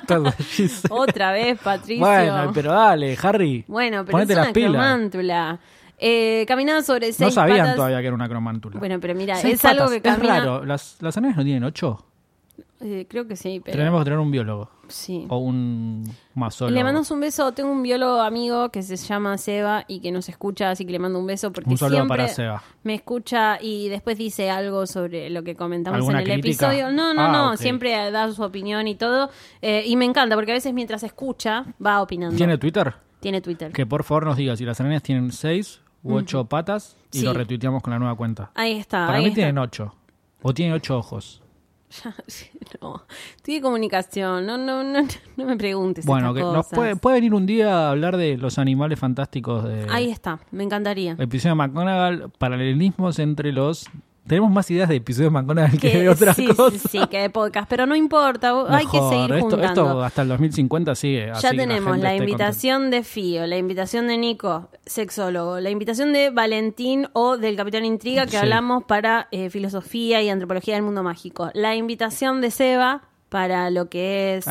S2: Entonces,
S1: Otra vez, Patricio.
S2: bueno, pero dale, Harry.
S1: Bueno, pero
S2: ponete
S1: es una
S2: las pilas.
S1: cromántula. Eh, caminaba sobre seis
S2: No sabían
S1: patas.
S2: todavía que era una cromántula.
S1: Bueno, pero mira,
S2: Seis
S1: es algo
S2: patas,
S1: que camina-
S2: Es raro. ¿Las, las arañas no tienen ocho?
S1: Eh, creo que sí, pero
S2: Tenemos que tener un biólogo.
S1: sí.
S2: O un masólogo.
S1: Le mandamos un beso. Tengo un biólogo amigo que se llama Seba y que nos escucha, así que le mando un beso porque
S2: Un saludo
S1: siempre
S2: para Seba.
S1: me escucha y después dice algo sobre lo que comentamos en
S2: ¿Alguna
S1: el
S2: crítica?
S1: episodio. No, no,
S2: Ah,
S1: no.
S2: ok.
S1: Siempre da su opinión y todo. Eh, y me encanta porque a veces mientras escucha va opinando.
S2: ¿Tiene Twitter?
S1: Tiene Twitter.
S2: Que por favor nos diga si las arañas tienen seis u ocho patas y
S1: Sí.
S2: lo retuiteamos con la nueva cuenta.
S1: Ahí está.
S2: Para
S1: Ah, ahí
S2: mí
S1: está. [LAUGHS]
S2: tienen ocho. O tienen ocho ojos.
S1: No, estoy de comunicación, no, no, no, no me preguntes.
S2: bueno, que
S1: estas
S2: nos
S1: cosas.
S2: puede, puede venir un día a hablar de los animales fantásticos de
S1: Ahí está, me encandaría.
S2: episodio de McGonagall, paralelismos entre los... Tenemos más ideas de episodio de McGonagall [LAUGHS] que, de otras
S1: sí,
S2: cosas.
S1: sí, sí, que de podcast, pero no importa, vos- hay que
S2: Mejor,
S1: seguir
S2: esto,
S1: juntando.
S2: esto hasta el 2050 sigue. así
S1: ya
S2: que la
S1: tenemos
S2: gente
S1: la,
S2: esté
S1: invitación de Fío, la invitación de Nico, sexólogo, la invitación de Valentín o del Capitán Intriga, que
S2: Sí.
S1: hablamos para eh, filosofía y antropología del mundo mágico, la invitación de Seba para lo que es eh,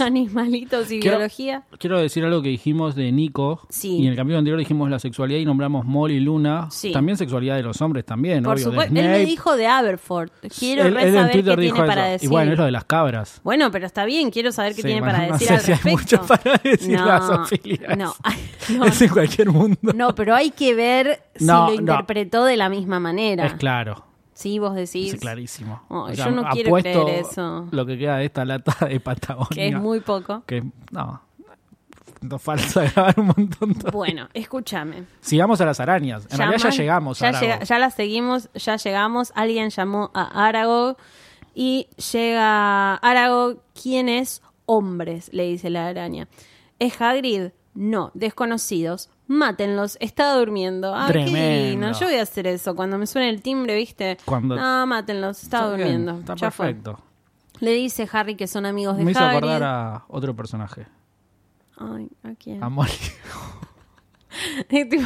S1: [LAUGHS] animalitos y
S2: Quiero-
S1: biología.
S2: Quiero decir algo que dijimos de Nico.
S1: Sí.
S2: Y en el capítulo anterior dijimos la sexualidad y nombramos Molly Luna.
S1: Sí.
S2: También sexualidad de los hombres también,
S1: Por
S2: obvio, de
S1: supuesto, él me
S2: Snape.
S1: dijo de Aberford. Quiero
S2: Él-
S1: re
S2: él en
S1: saber qué
S2: Twitter
S1: tiene
S2: dijo
S1: para
S2: eso.
S1: decir.
S2: Y bueno, es lo de las cabras.
S1: Bueno, pero está bien, quiero saber qué
S2: Sí,
S1: tiene
S2: bueno,
S1: para
S2: no
S1: decir
S2: sé
S1: al
S2: si hay
S1: respecto.
S2: mucho para decir de las zoofilia.
S1: no, no,
S2: [LAUGHS] es en cualquier mundo.
S1: no, pero hay que ver si
S2: No,
S1: lo
S2: no.
S1: interpretó de la misma manera.
S2: Es claro.
S1: Sí, vos decís
S2: Es clarísimo.
S1: Oh, yo no quiero
S2: apuesto
S1: creer eso.
S2: Lo que queda de esta lata de Patagonia.
S1: que es muy poco.
S2: que- no. nos falta [LAUGHS] grabar un montón. todavía.
S1: Bueno, escúchame.
S2: Sigamos a las arañas. En realidad ya
S1: Llaman-
S2: llegamos
S1: Ya,
S2: a Aragog.
S1: llega- ya la seguimos, ya llegamos. Alguien llamó a Aragog y llega Aragog, ¿quién es? Hombres, le dice la araña. ¿Es Hagrid? No, desconocidos. Mátenlos, está durmiendo. Ay, qué
S2: Tremendo.
S1: divino. Yo voy a hacer eso. Cuando me suene el timbre, ¿viste?
S2: Cuando-
S1: No, mátenlos, está,
S2: Está bien,
S1: durmiendo.
S2: Está
S1: ya fue.
S2: perfecto.
S1: Le dice Harry que son amigos de
S2: Me hizo
S1: Hagrid.
S2: acordar a otro personaje.
S1: Ay, ¿a quién? [LAUGHS]
S2: A Molly. [LAUGHS]
S1: Tipo,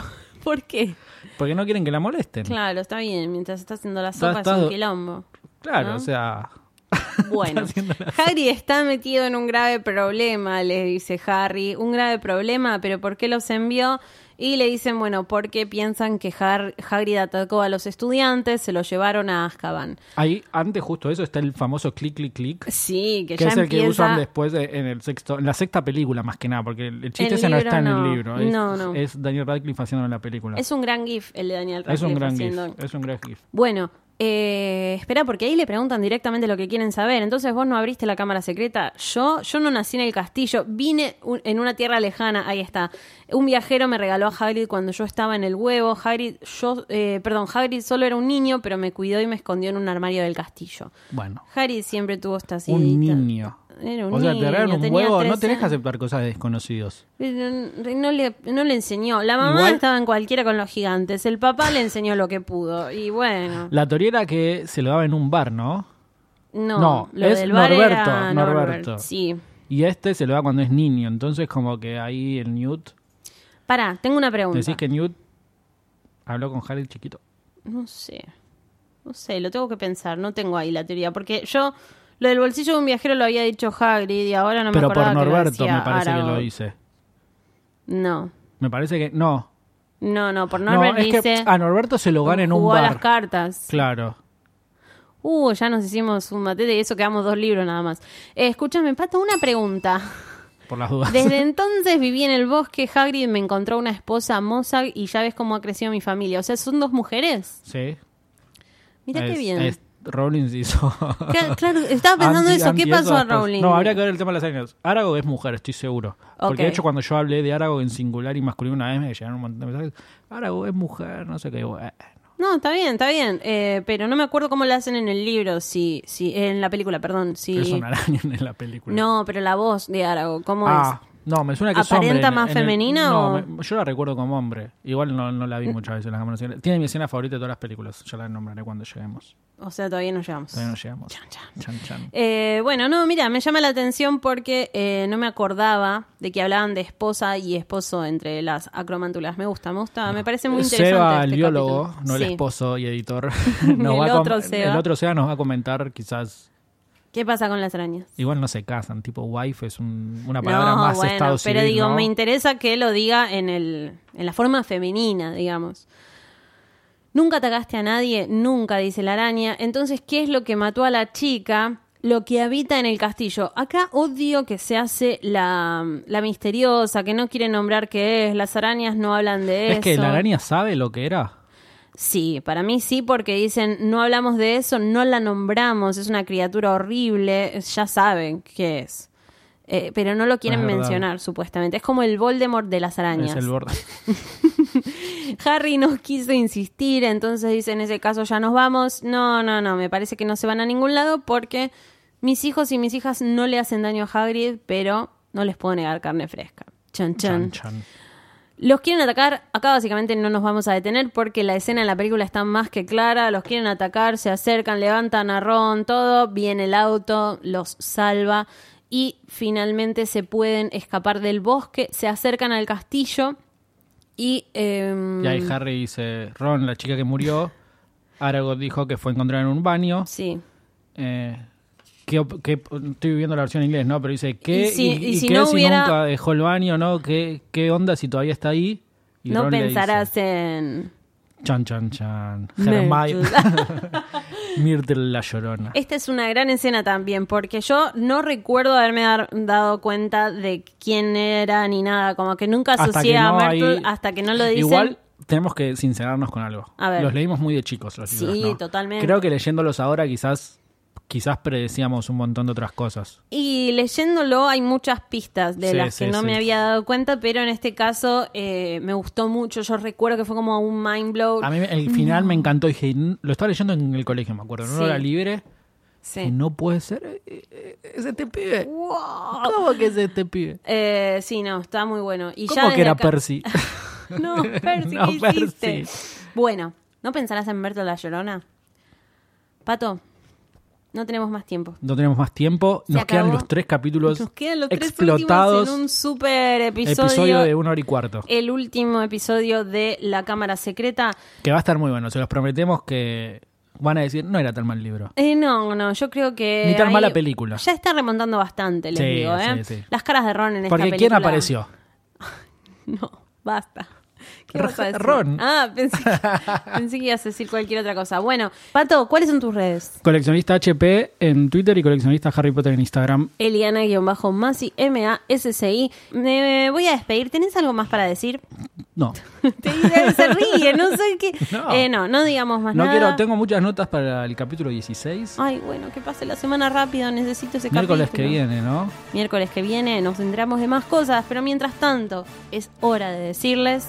S1: ¿Por qué?
S2: Porque no quieren que la molesten. Claro,
S1: Claro, está bien. Mientras está haciendo la
S2: Está-
S1: sopa,
S2: está
S1: es
S2: do-
S1: un
S2: [LAUGHS]
S1: quilombo. ¿no?
S2: o sea. [LAUGHS]
S1: Bueno,
S2: Está haciendo la-
S1: Harry está metido en un grave problema, le dice Harry. Un grave problema, pero ¿por qué los envió? Y le dicen, bueno, porque piensan que Har- Hagrid atacó a los estudiantes, se los llevaron a Azkaban.
S2: Ahí, antes justo de eso, está el famoso clic, clic, clic.
S1: Sí, que
S2: Que
S1: ya
S2: es el
S1: empieza...
S2: que usan después de- en el sexto, en la sexta película más que nada, porque el el
S1: El
S2: chiste ese no
S1: libro
S2: está en el
S1: no.
S2: libro. Es,
S1: No, no.
S2: es Daniel Radcliffe haciendo la película.
S1: Es un gran gif el de Daniel
S2: Es
S1: Radcliffe
S2: un gran
S1: haciendo-
S2: gif. Es un gran gif.
S1: Bueno, eh, espera, porque ahí le preguntan directamente lo que quieren saber. Entonces, vos no abriste la cámara secreta. Yo, yo no nací en el castillo. Vine un- en una tierra lejana. Ahí está. Un viajero me regaló a Hagrid cuando yo estaba en el huevo. Hagrid, yo, eh, perdón, Hagrid solo era un niño, pero me cuidó y me escondió en un armario del castillo.
S2: Bueno.
S1: Hagrid siempre tuvo estas
S2: un
S1: idea.
S2: niño.
S1: Era un
S2: o sea, te
S1: niño,
S2: agarran un
S1: tenía
S2: huevo, no
S1: 13
S2: tenés que
S1: años.
S2: aceptar cosas de desconocidos.
S1: Eh, No le, no le enseñó. La mamá
S2: Igual-
S1: estaba en cualquiera con los gigantes. El papá le enseñó lo que pudo. Y bueno.
S2: La teoría era que se lo daba en un bar, ¿no?
S1: No,
S2: No,
S1: lo
S2: es
S1: del bar
S2: Norberto,
S1: era
S2: Norberto.
S1: Sí.
S2: Y este se lo da cuando es niño. Entonces, como que ahí el Newt.
S1: Pará, tengo una pregunta.
S2: Decís que Newt habló con Harry chiquito.
S1: No sé. No sé, lo tengo que pensar. No tengo ahí la teoría. Porque yo lo del bolsillo de un viajero lo había dicho Hagrid y ahora no me
S2: Pero por
S1: acordaba que lo
S2: Norberto
S1: decía
S2: me parece que
S1: Aragorn.
S2: lo hice.
S1: No.
S2: Me parece que. No.
S1: No, no, por
S2: No,
S1: Norbert
S2: es
S1: dice...
S2: que a Norberto se lo gana en un
S1: jugó a las
S2: bar.
S1: cartas.
S2: Claro.
S1: Uh, ya nos hicimos un matete y eso quedamos dos libros nada más. Eh, escúchame, Pato, una
S2: [LAUGHS]
S1: pregunta.
S2: Por las dudas.
S1: Desde entonces viví en el bosque, Hagrid me encontró una esposa, Mozart, y ya ves cómo ha crecido mi familia. O sea, son dos mujeres.
S2: [LAUGHS] Sí.
S1: Mira qué
S2: Es-
S1: bien.
S2: es- Rowling hizo.
S1: Cla- [LAUGHS] Claro,
S2: [LAUGHS]
S1: estaba pensando
S2: Anti-
S1: eso.
S2: anti
S1: ¿Qué pasó a
S2: después.
S1: Rowling?
S2: No, habría que ver el tema de las arañas. Arago es mujer, estoy seguro. Porque de
S1: Ok.
S2: hecho, cuando yo hablé de Arago en singular y masculino una vez, me llegaron un montón de mensajes. Arago es mujer, no sé qué. Bueno,
S1: No, está bien, está bien. Eh, pero no me acuerdo cómo la hacen en el libro, si, si en la película, perdón. Si...
S2: Es una araña en la película.
S1: No, pero la voz de Arago, ¿cómo
S2: Ah, no, me suena que es
S1: ¿Aparenta
S2: hombre. En-
S1: más
S2: en el-
S1: femenina
S2: no,
S1: o-
S2: me- yo la recuerdo como hombre. Igual no, no la vi muchas veces en las cámaras. secretas. Tiene mi escena favorita de todas las películas. Ya la nombraré cuando
S1: es?
S2: lleguemos.
S1: O sea, todavía no llegamos.
S2: Todavía no llegamos.
S1: Chan, chan.
S2: Chan, chan.
S1: Eh, bueno, no, mira, me llama la atención porque eh, no me acordaba de que hablaban de esposa y esposo entre las acromántulas. Me gusta, me gusta, me parece muy interesante.
S2: Seba,
S1: este
S2: el biólogo,
S1: capítulo.
S2: no el
S1: Sí.
S2: esposo
S1: [LAUGHS]
S2: y editor. [LAUGHS]
S1: El
S2: va a com-
S1: otro Seba.
S2: el otro Seba nos va a comentar quizás
S1: ¿Qué pasa con las arañas?
S2: Igual no se casan, tipo wife es un- una palabra más estado civil,
S1: pero digo,
S2: ¿no?
S1: me interesa que lo diga en, el, en la forma femenina, digamos. Nunca atacaste a nadie, nunca, dice la araña. Entonces, ¿qué es lo que mató a la chica? Lo que habita en el castillo. Acá odio que se hace la, la misteriosa, que no quiere nombrar qué es. Las arañas no hablan de
S2: Es
S1: eso.
S2: que la araña sabe lo que era.
S1: Sí, para mí sí, porque dicen, no hablamos de eso, no la nombramos, es una criatura horrible, ya saben qué es. Eh, pero no lo quieren
S2: Es verdad.
S1: mencionar, supuestamente. Es como el Voldemort de las arañas.
S2: Es el
S1: [LAUGHS]
S2: borde.
S1: Harry no [LAUGHS] quiso insistir, entonces dice, en ese caso ya nos vamos. No, no, no, me parece que no se van a ningún lado porque mis hijos y mis hijas no le hacen daño a Hagrid, pero no les puedo negar carne fresca. Chan,
S2: Chan,
S1: chan.
S2: chan.
S1: Los quieren atacar, acá básicamente no nos vamos a detener porque la escena en la película está más que clara, los quieren atacar, se acercan, levantan a Ron, todo, viene el auto, los salva y finalmente se pueden escapar del bosque, se acercan al castillo y... em,
S2: Y ahí Harry dice, Ron, la chica que murió, Aragorn dijo que fue encontrada en un baño.
S1: sí.
S2: Eh, que op- que- estoy viviendo la versión en inglés, ¿no? Pero dice, ¿qué?
S1: Y si- y si
S2: qué
S1: no hubiera-
S2: nunca dejó el baño, no? ¿Qué, qué onda si todavía está ahí? Y
S1: No
S2: Ron le
S1: pensarás en...
S2: dice, chan, chan, chan.
S1: Merchel.
S2: Hermione. [LAUGHS] Myrtle la llorona.
S1: Esta es una gran escena también, porque yo no recuerdo haberme dar- dado cuenta de quién era ni nada, como que nunca asocié a Myrtle
S2: hay-
S1: hasta que no lo dicen.
S2: Igual tenemos que sincerarnos con algo.
S1: A ver.
S2: Los leímos muy de chicos los
S1: Sí,
S2: libros, ¿no?
S1: totalmente.
S2: Creo que leyéndolos ahora quizás quizás predecíamos un montón de otras cosas.
S1: Y leyéndolo hay muchas pistas de
S2: Sí,
S1: las que
S2: sí,
S1: no me
S2: sí.
S1: había dado cuenta, pero en este caso eh, me gustó mucho. Yo recuerdo que fue como un mind blow.
S2: A mí el final me encantó. Dije, "N- lo estaba leyendo en el colegio, me acuerdo, en
S1: Sí.
S2: una hora libre.
S1: Sí.
S2: Y no puede ser. eh, eh, Es este pibe.
S1: Wow.
S2: ¿Cómo que es este pibe?
S1: Eh, sí, no, está muy bueno. Y ya
S2: ¿Cómo
S1: desde
S2: que era
S1: acá-
S2: Percy?
S1: [LAUGHS]
S2: [LAUGHS]
S1: No, Percy,
S2: No,
S1: ¿qué hiciste?
S2: Percy.
S1: Bueno, ¿no pensarás en Berto la Llorona? Pato, no tenemos más tiempo.
S2: No tenemos más tiempo.
S1: Se
S2: Nos quedan
S1: acabó.
S2: los tres capítulos
S1: Nos quedan los tres
S2: explotados.
S1: últimos en un super episodio.
S2: episodio de una hora y cuarto.
S1: El último episodio de La Cámara Secreta.
S2: Que va a estar muy bueno. Se los prometemos que van a decir, no era tan mal libro.
S1: Eh, no, no, yo creo que.
S2: Ni tan
S1: ahí-
S2: mala película.
S1: Ya está remontando bastante, les
S2: Sí,
S1: digo, ¿eh?
S2: sí, sí.
S1: Las caras de Ron en esta
S2: Porque
S1: película.
S2: ¿quién apareció?
S1: [LAUGHS] No, basta. ¿Qué
S2: Ro-
S1: vas a decir?
S2: Ron.
S1: Ah, pensé
S2: [LAUGHS]
S1: que, pensé que ibas a decir cualquier otra cosa. Bueno, Pato, ¿cuáles son tus redes?
S2: Coleccionista HP en Twitter y coleccionista Harry Potter en Instagram.
S1: Eliana-Masi, M-A-S-C-I. Me voy a despedir. ¿Tenés algo más para decir? [LAUGHS]
S2: No.
S1: Te-
S2: [LAUGHS]
S1: Se ríe, no sé qué.
S2: No.
S1: Eh, no, no digamos más
S2: No
S1: nada. Ah,
S2: quiero, tengo muchas notas para el capítulo 16.
S1: Ay, bueno, que pase la semana rápido. Necesito ese
S2: miércoles
S1: capítulo.
S2: que viene, ¿no?
S1: Miércoles que viene nos tendremos de más cosas, pero mientras tanto, es hora de decirles.